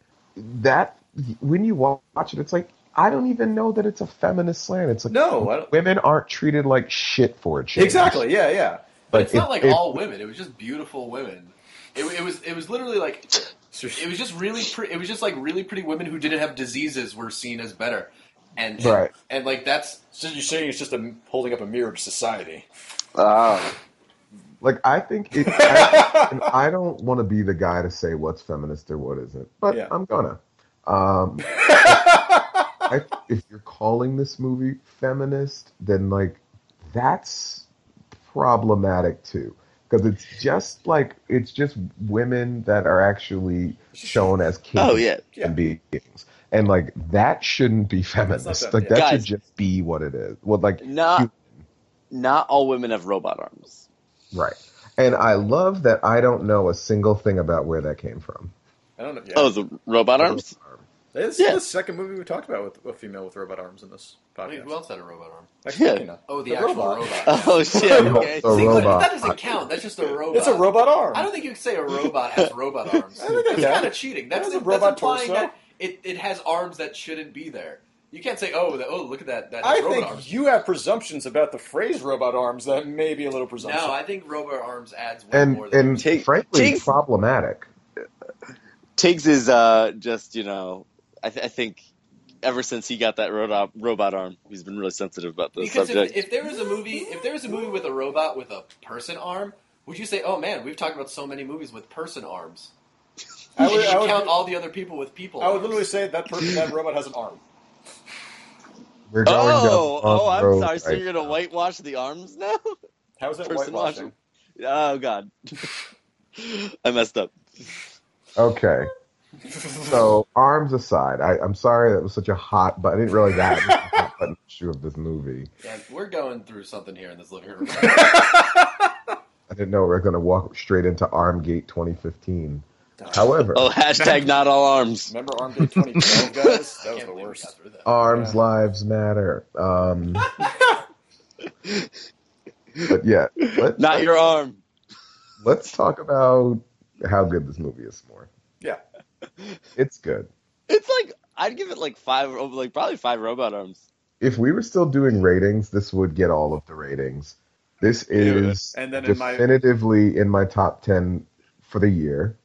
that when you wa- watch it, it's like I don't even know that it's a feminist slant. It's like
no I don't,
women aren't treated like shit for a change.
exactly yeah yeah
But
Like,
it's not
it-
like
it-
all women. It was just beautiful women. It, it was it was literally like it was just really pretty. It was just like really pretty women who didn't have diseases were seen as better. And and,
Right.
and like that's
So you're saying it's just a, holding up a mirror to society.
Oh.
Like I think it, I, and I don't want to be the guy to say what's feminist or what isn't, but
Yeah.
I'm gonna. Um, I, if you're calling this movie feminist, then like that's problematic too, because it's just like it's just women that are actually shown as kids
Oh, yeah.
and beings, and like that shouldn't be feminist.
feminist.
Like that should
Guys.
just be what it is. What like
Not, not all women have robot arms.
right. And I love that I don't know a single thing about where that came from.
I don't know. Yeah.
Oh, the robot arms?
this
yeah.
is the second movie we talked about with a female with robot arms in this
wait,
podcast.
who else had a robot arm?
Actually,
Yeah.
you know,
Oh, the, actual robot.
Oh, shit. Okay.
A
See, but
robot.
that doesn't count. That's just a robot.
It's a robot arm.
I don't think you can say a robot has robot arms.
think I
That's
can.
kind of cheating. That's,
It has a
that's
robot
implying
torso.
that it, it has arms that shouldn't be there. You can't say, oh, that, oh, look at that. That
I
has robot
think
arms.
you have presumptions about the phrase robot arms that may be a little presumptuous.
No, I think robot arms adds way
And
more than
and
Take-
frankly
take-
problematic.
Tiggs is uh, just, you know, I, th- I think ever since he got that robot, robot arm, he's been really sensitive about the
because
subject.
if, if there was a movie, if there was a movie with a robot with a person arm, would you say, "Oh man, we've talked about so many movies with person arms"?
I
Should
would,
you
I would,
count all the other people with people.
I would
arms?
literally say that person, that robot has an arm.
We're going down the wrong
oh, oh, I'm
road
sorry. so
right
you're going to
now.
whitewash the arms now?
How is that
Person
whitewashing?
Oh, God. I messed up.
Okay. So arms aside, I, I'm sorry that was such a hot, but I didn't realize that was a hot button issue of this movie.
Yeah, we're going through something here in this living room.
I didn't know we were going to walk straight into Armgate 2015. However,
Oh, hashtag not all arms.
Remember Arm Day 2012, guys? That was
Can't
the
believe we
worst.
got through that.
arms lives matter. Um, But yeah, let's,
Not your arm.
let's talk about how good this movie is more.
Yeah.
It's good.
It's like I'd give it like five, oh, like probably five robot arms.
If we were still doing ratings, this would get all of the ratings. This is
And then in my-
definitively in my top 10 for the year,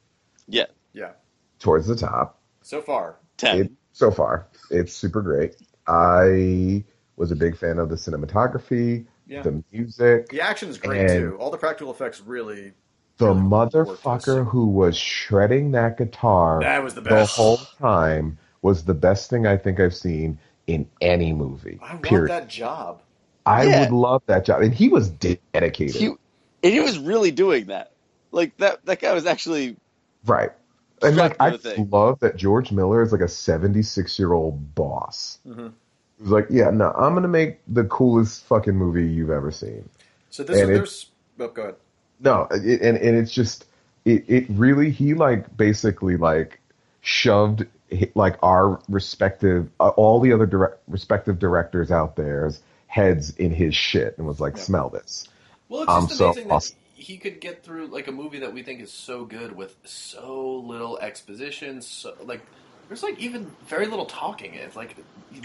Yeah,
Yeah.
towards the top.
So far.
ten.
it, so far. It's super great. I was a big fan of the cinematography,
Yeah.
the music,
The action is
And-
great too. All the practical effects really.
the
really worked this.
motherfucker who was shredding that guitar
That was the
the
best.
whole time was the best thing I think I've seen in any movie.
I want
period.
that job.
I
Yeah.
would love that job, and he was dedicated.
He, and he was really doing that. Like that, that guy was actually.
Right. And
Strapped
like I
to the
just
thing.
love that George Miller is like a 76 year old boss.
Mm-hmm.
Who's like, yeah, no, I'm gonna make the coolest fucking movie you've ever seen.
So this
And
is
it-
there's. Oh, go ahead.
No, it, and and it's just it, it really he like basically like shoved hi- like our respective uh, all the other direct, respective directors out there's heads in his shit and was like, smell this.
Well, it's just
I'm Um, so
amazing that
awesome.
he could get through like a movie that we think is so good with so little exposition. So like, there's like even very little talking. It's like,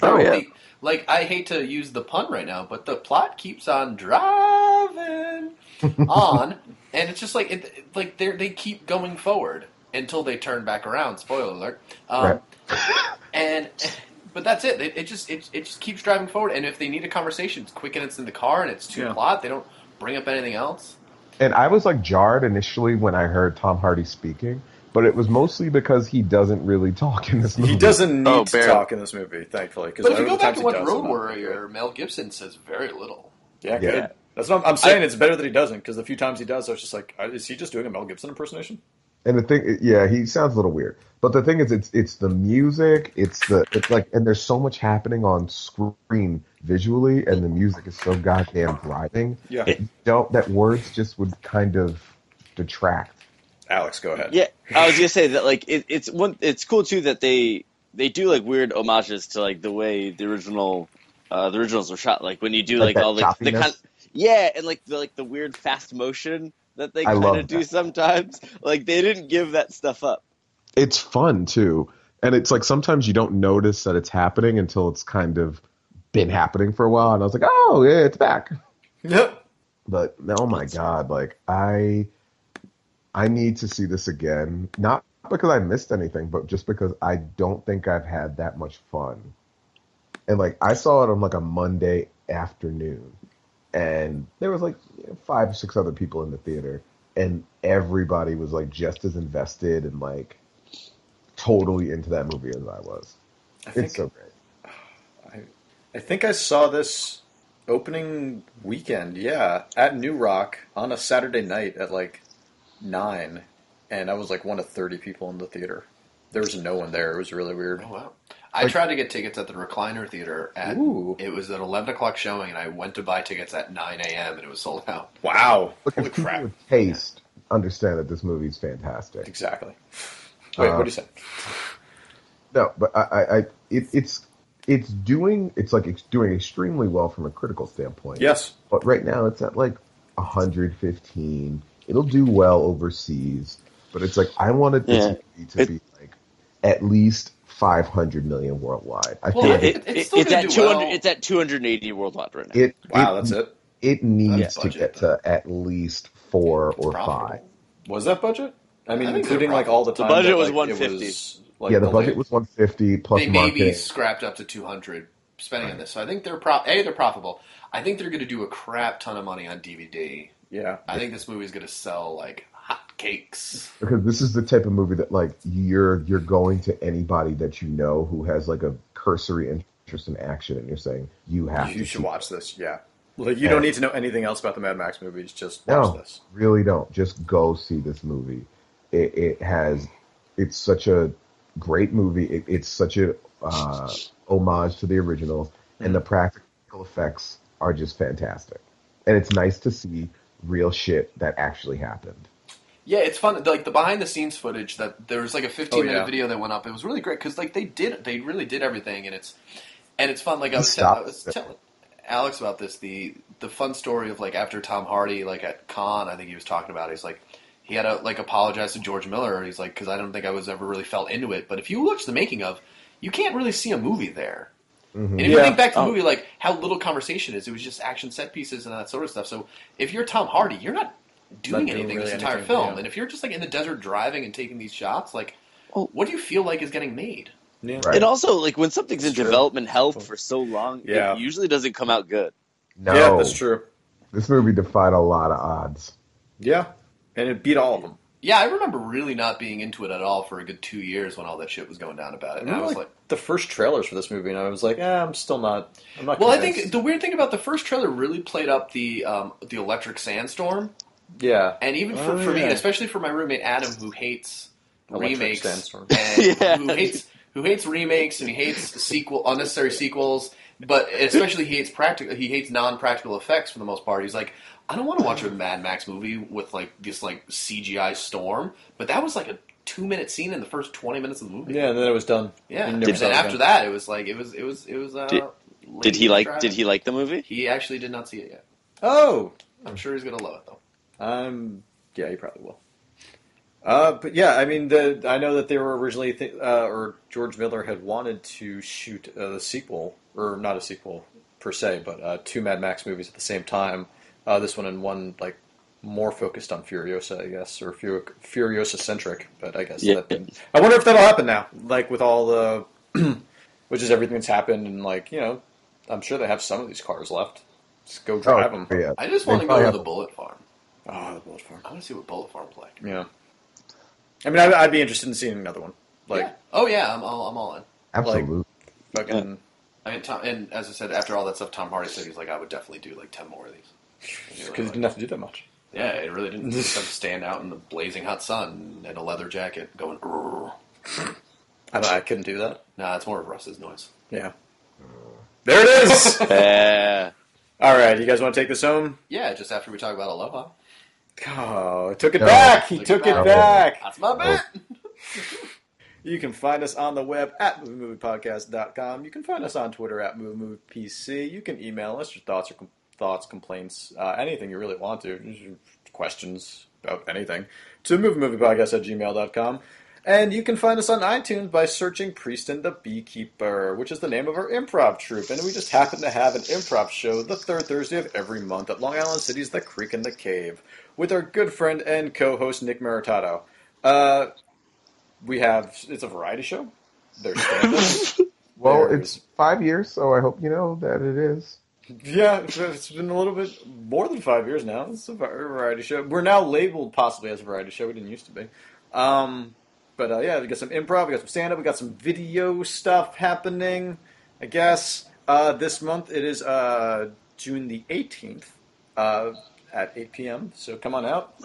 Oh, yeah.
the- like I hate to use the pun right now, but the plot keeps on driving on, and it's just like it, it- like they they keep going forward until they turn back around. Spoiler alert. Um,
Right.
and but that's it. It, it just it, it just keeps driving forward. And if they need a conversation, it's quick and it's in the car and it's two
Yeah.
plot. They don't bring up anything else.
And I was like jarred initially when I heard Tom Hardy speaking, but it was mostly because he doesn't really talk in this movie.
He doesn't need
Oh,
to
barely.
talk in this movie, thankfully. Because
But if you go back to watch Road Warrior, Mel Gibson says very little.
yeah,
Yeah.
good. That's what I'm, I'm saying. it's better that he doesn't because the few times he does, I was just like, "Uh, is he just doing a Mel Gibson impersonation?
And the thing, yeah, he sounds a little weird. But the thing is, it's it's the music, it's the it's like, and there's so much happening on screen visually, and the music is so goddamn driving.
Yeah.
that you don't that words just would kind of detract.
Alex, go ahead.
Yeah, I was gonna say that. Like, it, it's one. It's cool too that they they do like weird homages to like the way the original uh, the originals were shot. Like when you do
Like
like,
that
all like the
choppiness?
kind. Yeah, and like the like the weird fast motion that they
I
kind of
love
do
that.
sometimes. Like they didn't give that stuff up.
It's fun too, and it's like sometimes you don't notice that it's happening until it's kind of been happening for a while, and I was like, oh yeah, it's back.
Yep.
but oh my god like i i need to see this again not because i missed anything but just because i don't think i've had that much fun and like i saw it on like a monday afternoon and there was like five or six other people in the theater and everybody was like just as invested and like totally into that movie as i was
I think,
it's so great
I think I saw this opening weekend. Yeah, at New Rock on a Saturday night at like nine, and I was like one of thirty people in the theater. There was no one there. It was really weird.
Oh wow! I tried to get tickets at the Recliner Theater at
Ooh.
it was an eleven o'clock showing, and I went to buy tickets at nine a.m. and it was sold out.
Wow.
look
Holy
if people
crap.
with taste understand that this movie's fantastic
Exactly.
Uh,
Wait, what do you say?
No, but I, I, I it, it's it's doing it's like it's doing extremely well from a critical standpoint.
Yes.
But right now it's at like 115. It'll do well overseas, but it's like I wanted this
Yeah.
movie to
It-
be like at least 500 million worldwide. I
Well,
think
it-
it,
It-
it's
it-
still
it's
gonna
at
do
two hundred.
well.
It's at two hundred eighty worldwide right now.
it
Wow, that's it.
It needs
That's
to
budget,
get to at least four or five.
Profitable.
Was that budget? I mean,
I think
including
they're
like all the time.
budget
that,
was
like, it
150.
like,
yeah, the
the
budget
late-
was 150 plus
They maybe
marketing.
scrapped up to two hundred spending on this, so I think they're pro- a they're profitable. I think they're going to do a crap ton of money on DVD.
Yeah.
I think this movie's going to sell like hotcakes.
because this is the type of movie that like you're you're going to anybody that you know who has like a cursory interest in action and you're saying you have
You
to
should
see
watch this. Yeah. Like, you don't need to know anything else about the Mad Max movies. Just watch
no,
this.
really don't. Just go see this movie. It, it has, it's such a great movie. It, it's such a uh, homage to the original, and the practical effects are just fantastic. And it's nice to see real shit that actually happened.
Yeah, it's fun. Like the behind the scenes footage that there was like a 15
Oh, yeah.
minute video that went up. It was really great because like they did they really did everything and it's and it's fun. Like I
You
was, tell- I
stopped
was
it.
telling Alex about this. The the fun story of like after Tom Hardy, like at con, I think he was talking about. It, he's like he had to like apologize to George Miller. He's like because I don't think I was ever really felt into it. But if you watch the making of, you can't really see a movie there. And if you
Yeah.
think back to the
Oh.
movie, like how little conversation is, it was just action set pieces and that sort of stuff. So if you're Tom Hardy, you're not doing
Not doing
anything
really
this entire
anything,
film.
yeah.
And if you're just like in the desert driving and taking these shots, like
Oh.
what do you feel like is getting made?
Yeah.
Right.
And also, like when something's in
It's true.
development hell for so long,
Yeah.
it usually doesn't come out good.
No,
Yeah, that's true.
this movie defied a lot of odds.
Yeah, and it beat all of them.
Yeah, I remember really not being into it at all for a good two years when all that shit was going down about
I
it. And I
remember
was
like,
like,
the first trailers for this movie, and I was like, eh, I'm still not. I'm not.
well, I
convinced."
think the weird thing about the first trailer really played up the um, the electric sandstorm,
yeah,
and even for,
Oh,
for me,
yeah.
and especially for my roommate Adam, who hates
Electric
remakes,
Sandstorm.
and
Yeah.
who hates who hates remakes and he hates sequel unnecessary sequels, but especially he hates practical he hates non practical effects for the most part. He's like. I don't want to watch a Mad Max movie with like this like CGI storm, but that was like a two minute scene in the first twenty minutes of the movie.
yeah, and then it was done.
Yeah,
You
and
never saw
then
it
after
again.
that, it was like it was it was it was. Uh,
Did-
late
Did he like?
driving.
Did he like the movie?
He actually did not see it yet.
Oh,
I'm sure he's gonna love it though.
Um, yeah, you probably will. Uh, but yeah, I mean, the, I know that they were originally, th- uh, or George Miller had wanted to shoot uh, the sequel, or not a sequel per se, but uh, two Mad Max movies at the same time. Uh, this one and one like more focused on Furiosa, I guess, or Fur- Furiosa centric. But I guess
Yeah.
that I wonder if that'll happen now, like with all the, which is everything that's happened, and like you know, I'm sure they have some of these cars left. Just go drive them.
Oh, yeah.
I just
They
want to go
probably
to
have-
the Bullet Farm.
Oh, the bullet farm.
I want to see what Bullet Farm's like.
Yeah. I mean, I'd, I'd be interested in seeing another one. Like,
yeah. Oh yeah, I'm all I'm all in.
Absolutely.
fucking.
I mean, Tom, and as I said, after all that stuff, Tom Hardy said he's like, I would definitely do like ten more of these.
Because he didn't have to do that much.
Yeah, it really didn't. Just have to stand out in the blazing hot sun in a leather jacket, going. "Grrr."
I, don't- I couldn't do that.
Nah, it's more of Russ's noise.
Yeah. There it is!
Yeah.
All right, you guys want to take this home?
Yeah, just after we talk about Aloha,
Oh, I took it
No.
back! He
Took it
took it
back.
back!
that's my bet.
You can find us on the web at moviemoviepodcast.com. You can find us on Twitter at moviemoviepc. You can email us your thoughts or com- thoughts, complaints, uh, anything you really want to, just your questions about anything, to moviemoviepodcast at gmail.com. And you can find us on iTunes by searching Priest and the Beekeeper, which is the name of our improv troupe. And we just happen to have an improv show the third Thursday of every month at Long Island City's The Creek in the Cave with our good friend and co host Nick Maritato. Uh, we have it's a variety show. There's stand-up.
Well,
There
it's five years, so I hope you know that it is.
yeah, it's- it's been a little bit more than five years now. It's a var- variety show. We're now labeled possibly as a variety show. We didn't used to be. Um, but uh, yeah, we got some improv, we got some stand-up, we got some video stuff happening. I guess uh, this month it is uh, June the 18th uh, at 8 p.m. So come on out,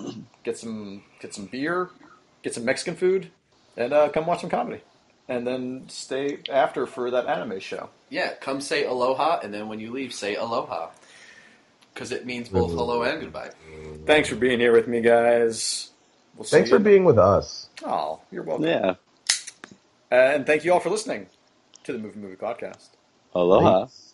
get some get some beer, get some Mexican food, and uh, come watch some comedy. And then stay after for that anime show.
Yeah, come say aloha, and then when you leave, say aloha. Because it means both hello and goodbye.
Thanks for being here with me, guys. We'll see
Thanks for
you-
being with us.
Oh, you're welcome.
Yeah.
Uh, and thank you all for listening to the Movie Movie Podcast.
Aloha.
Peace.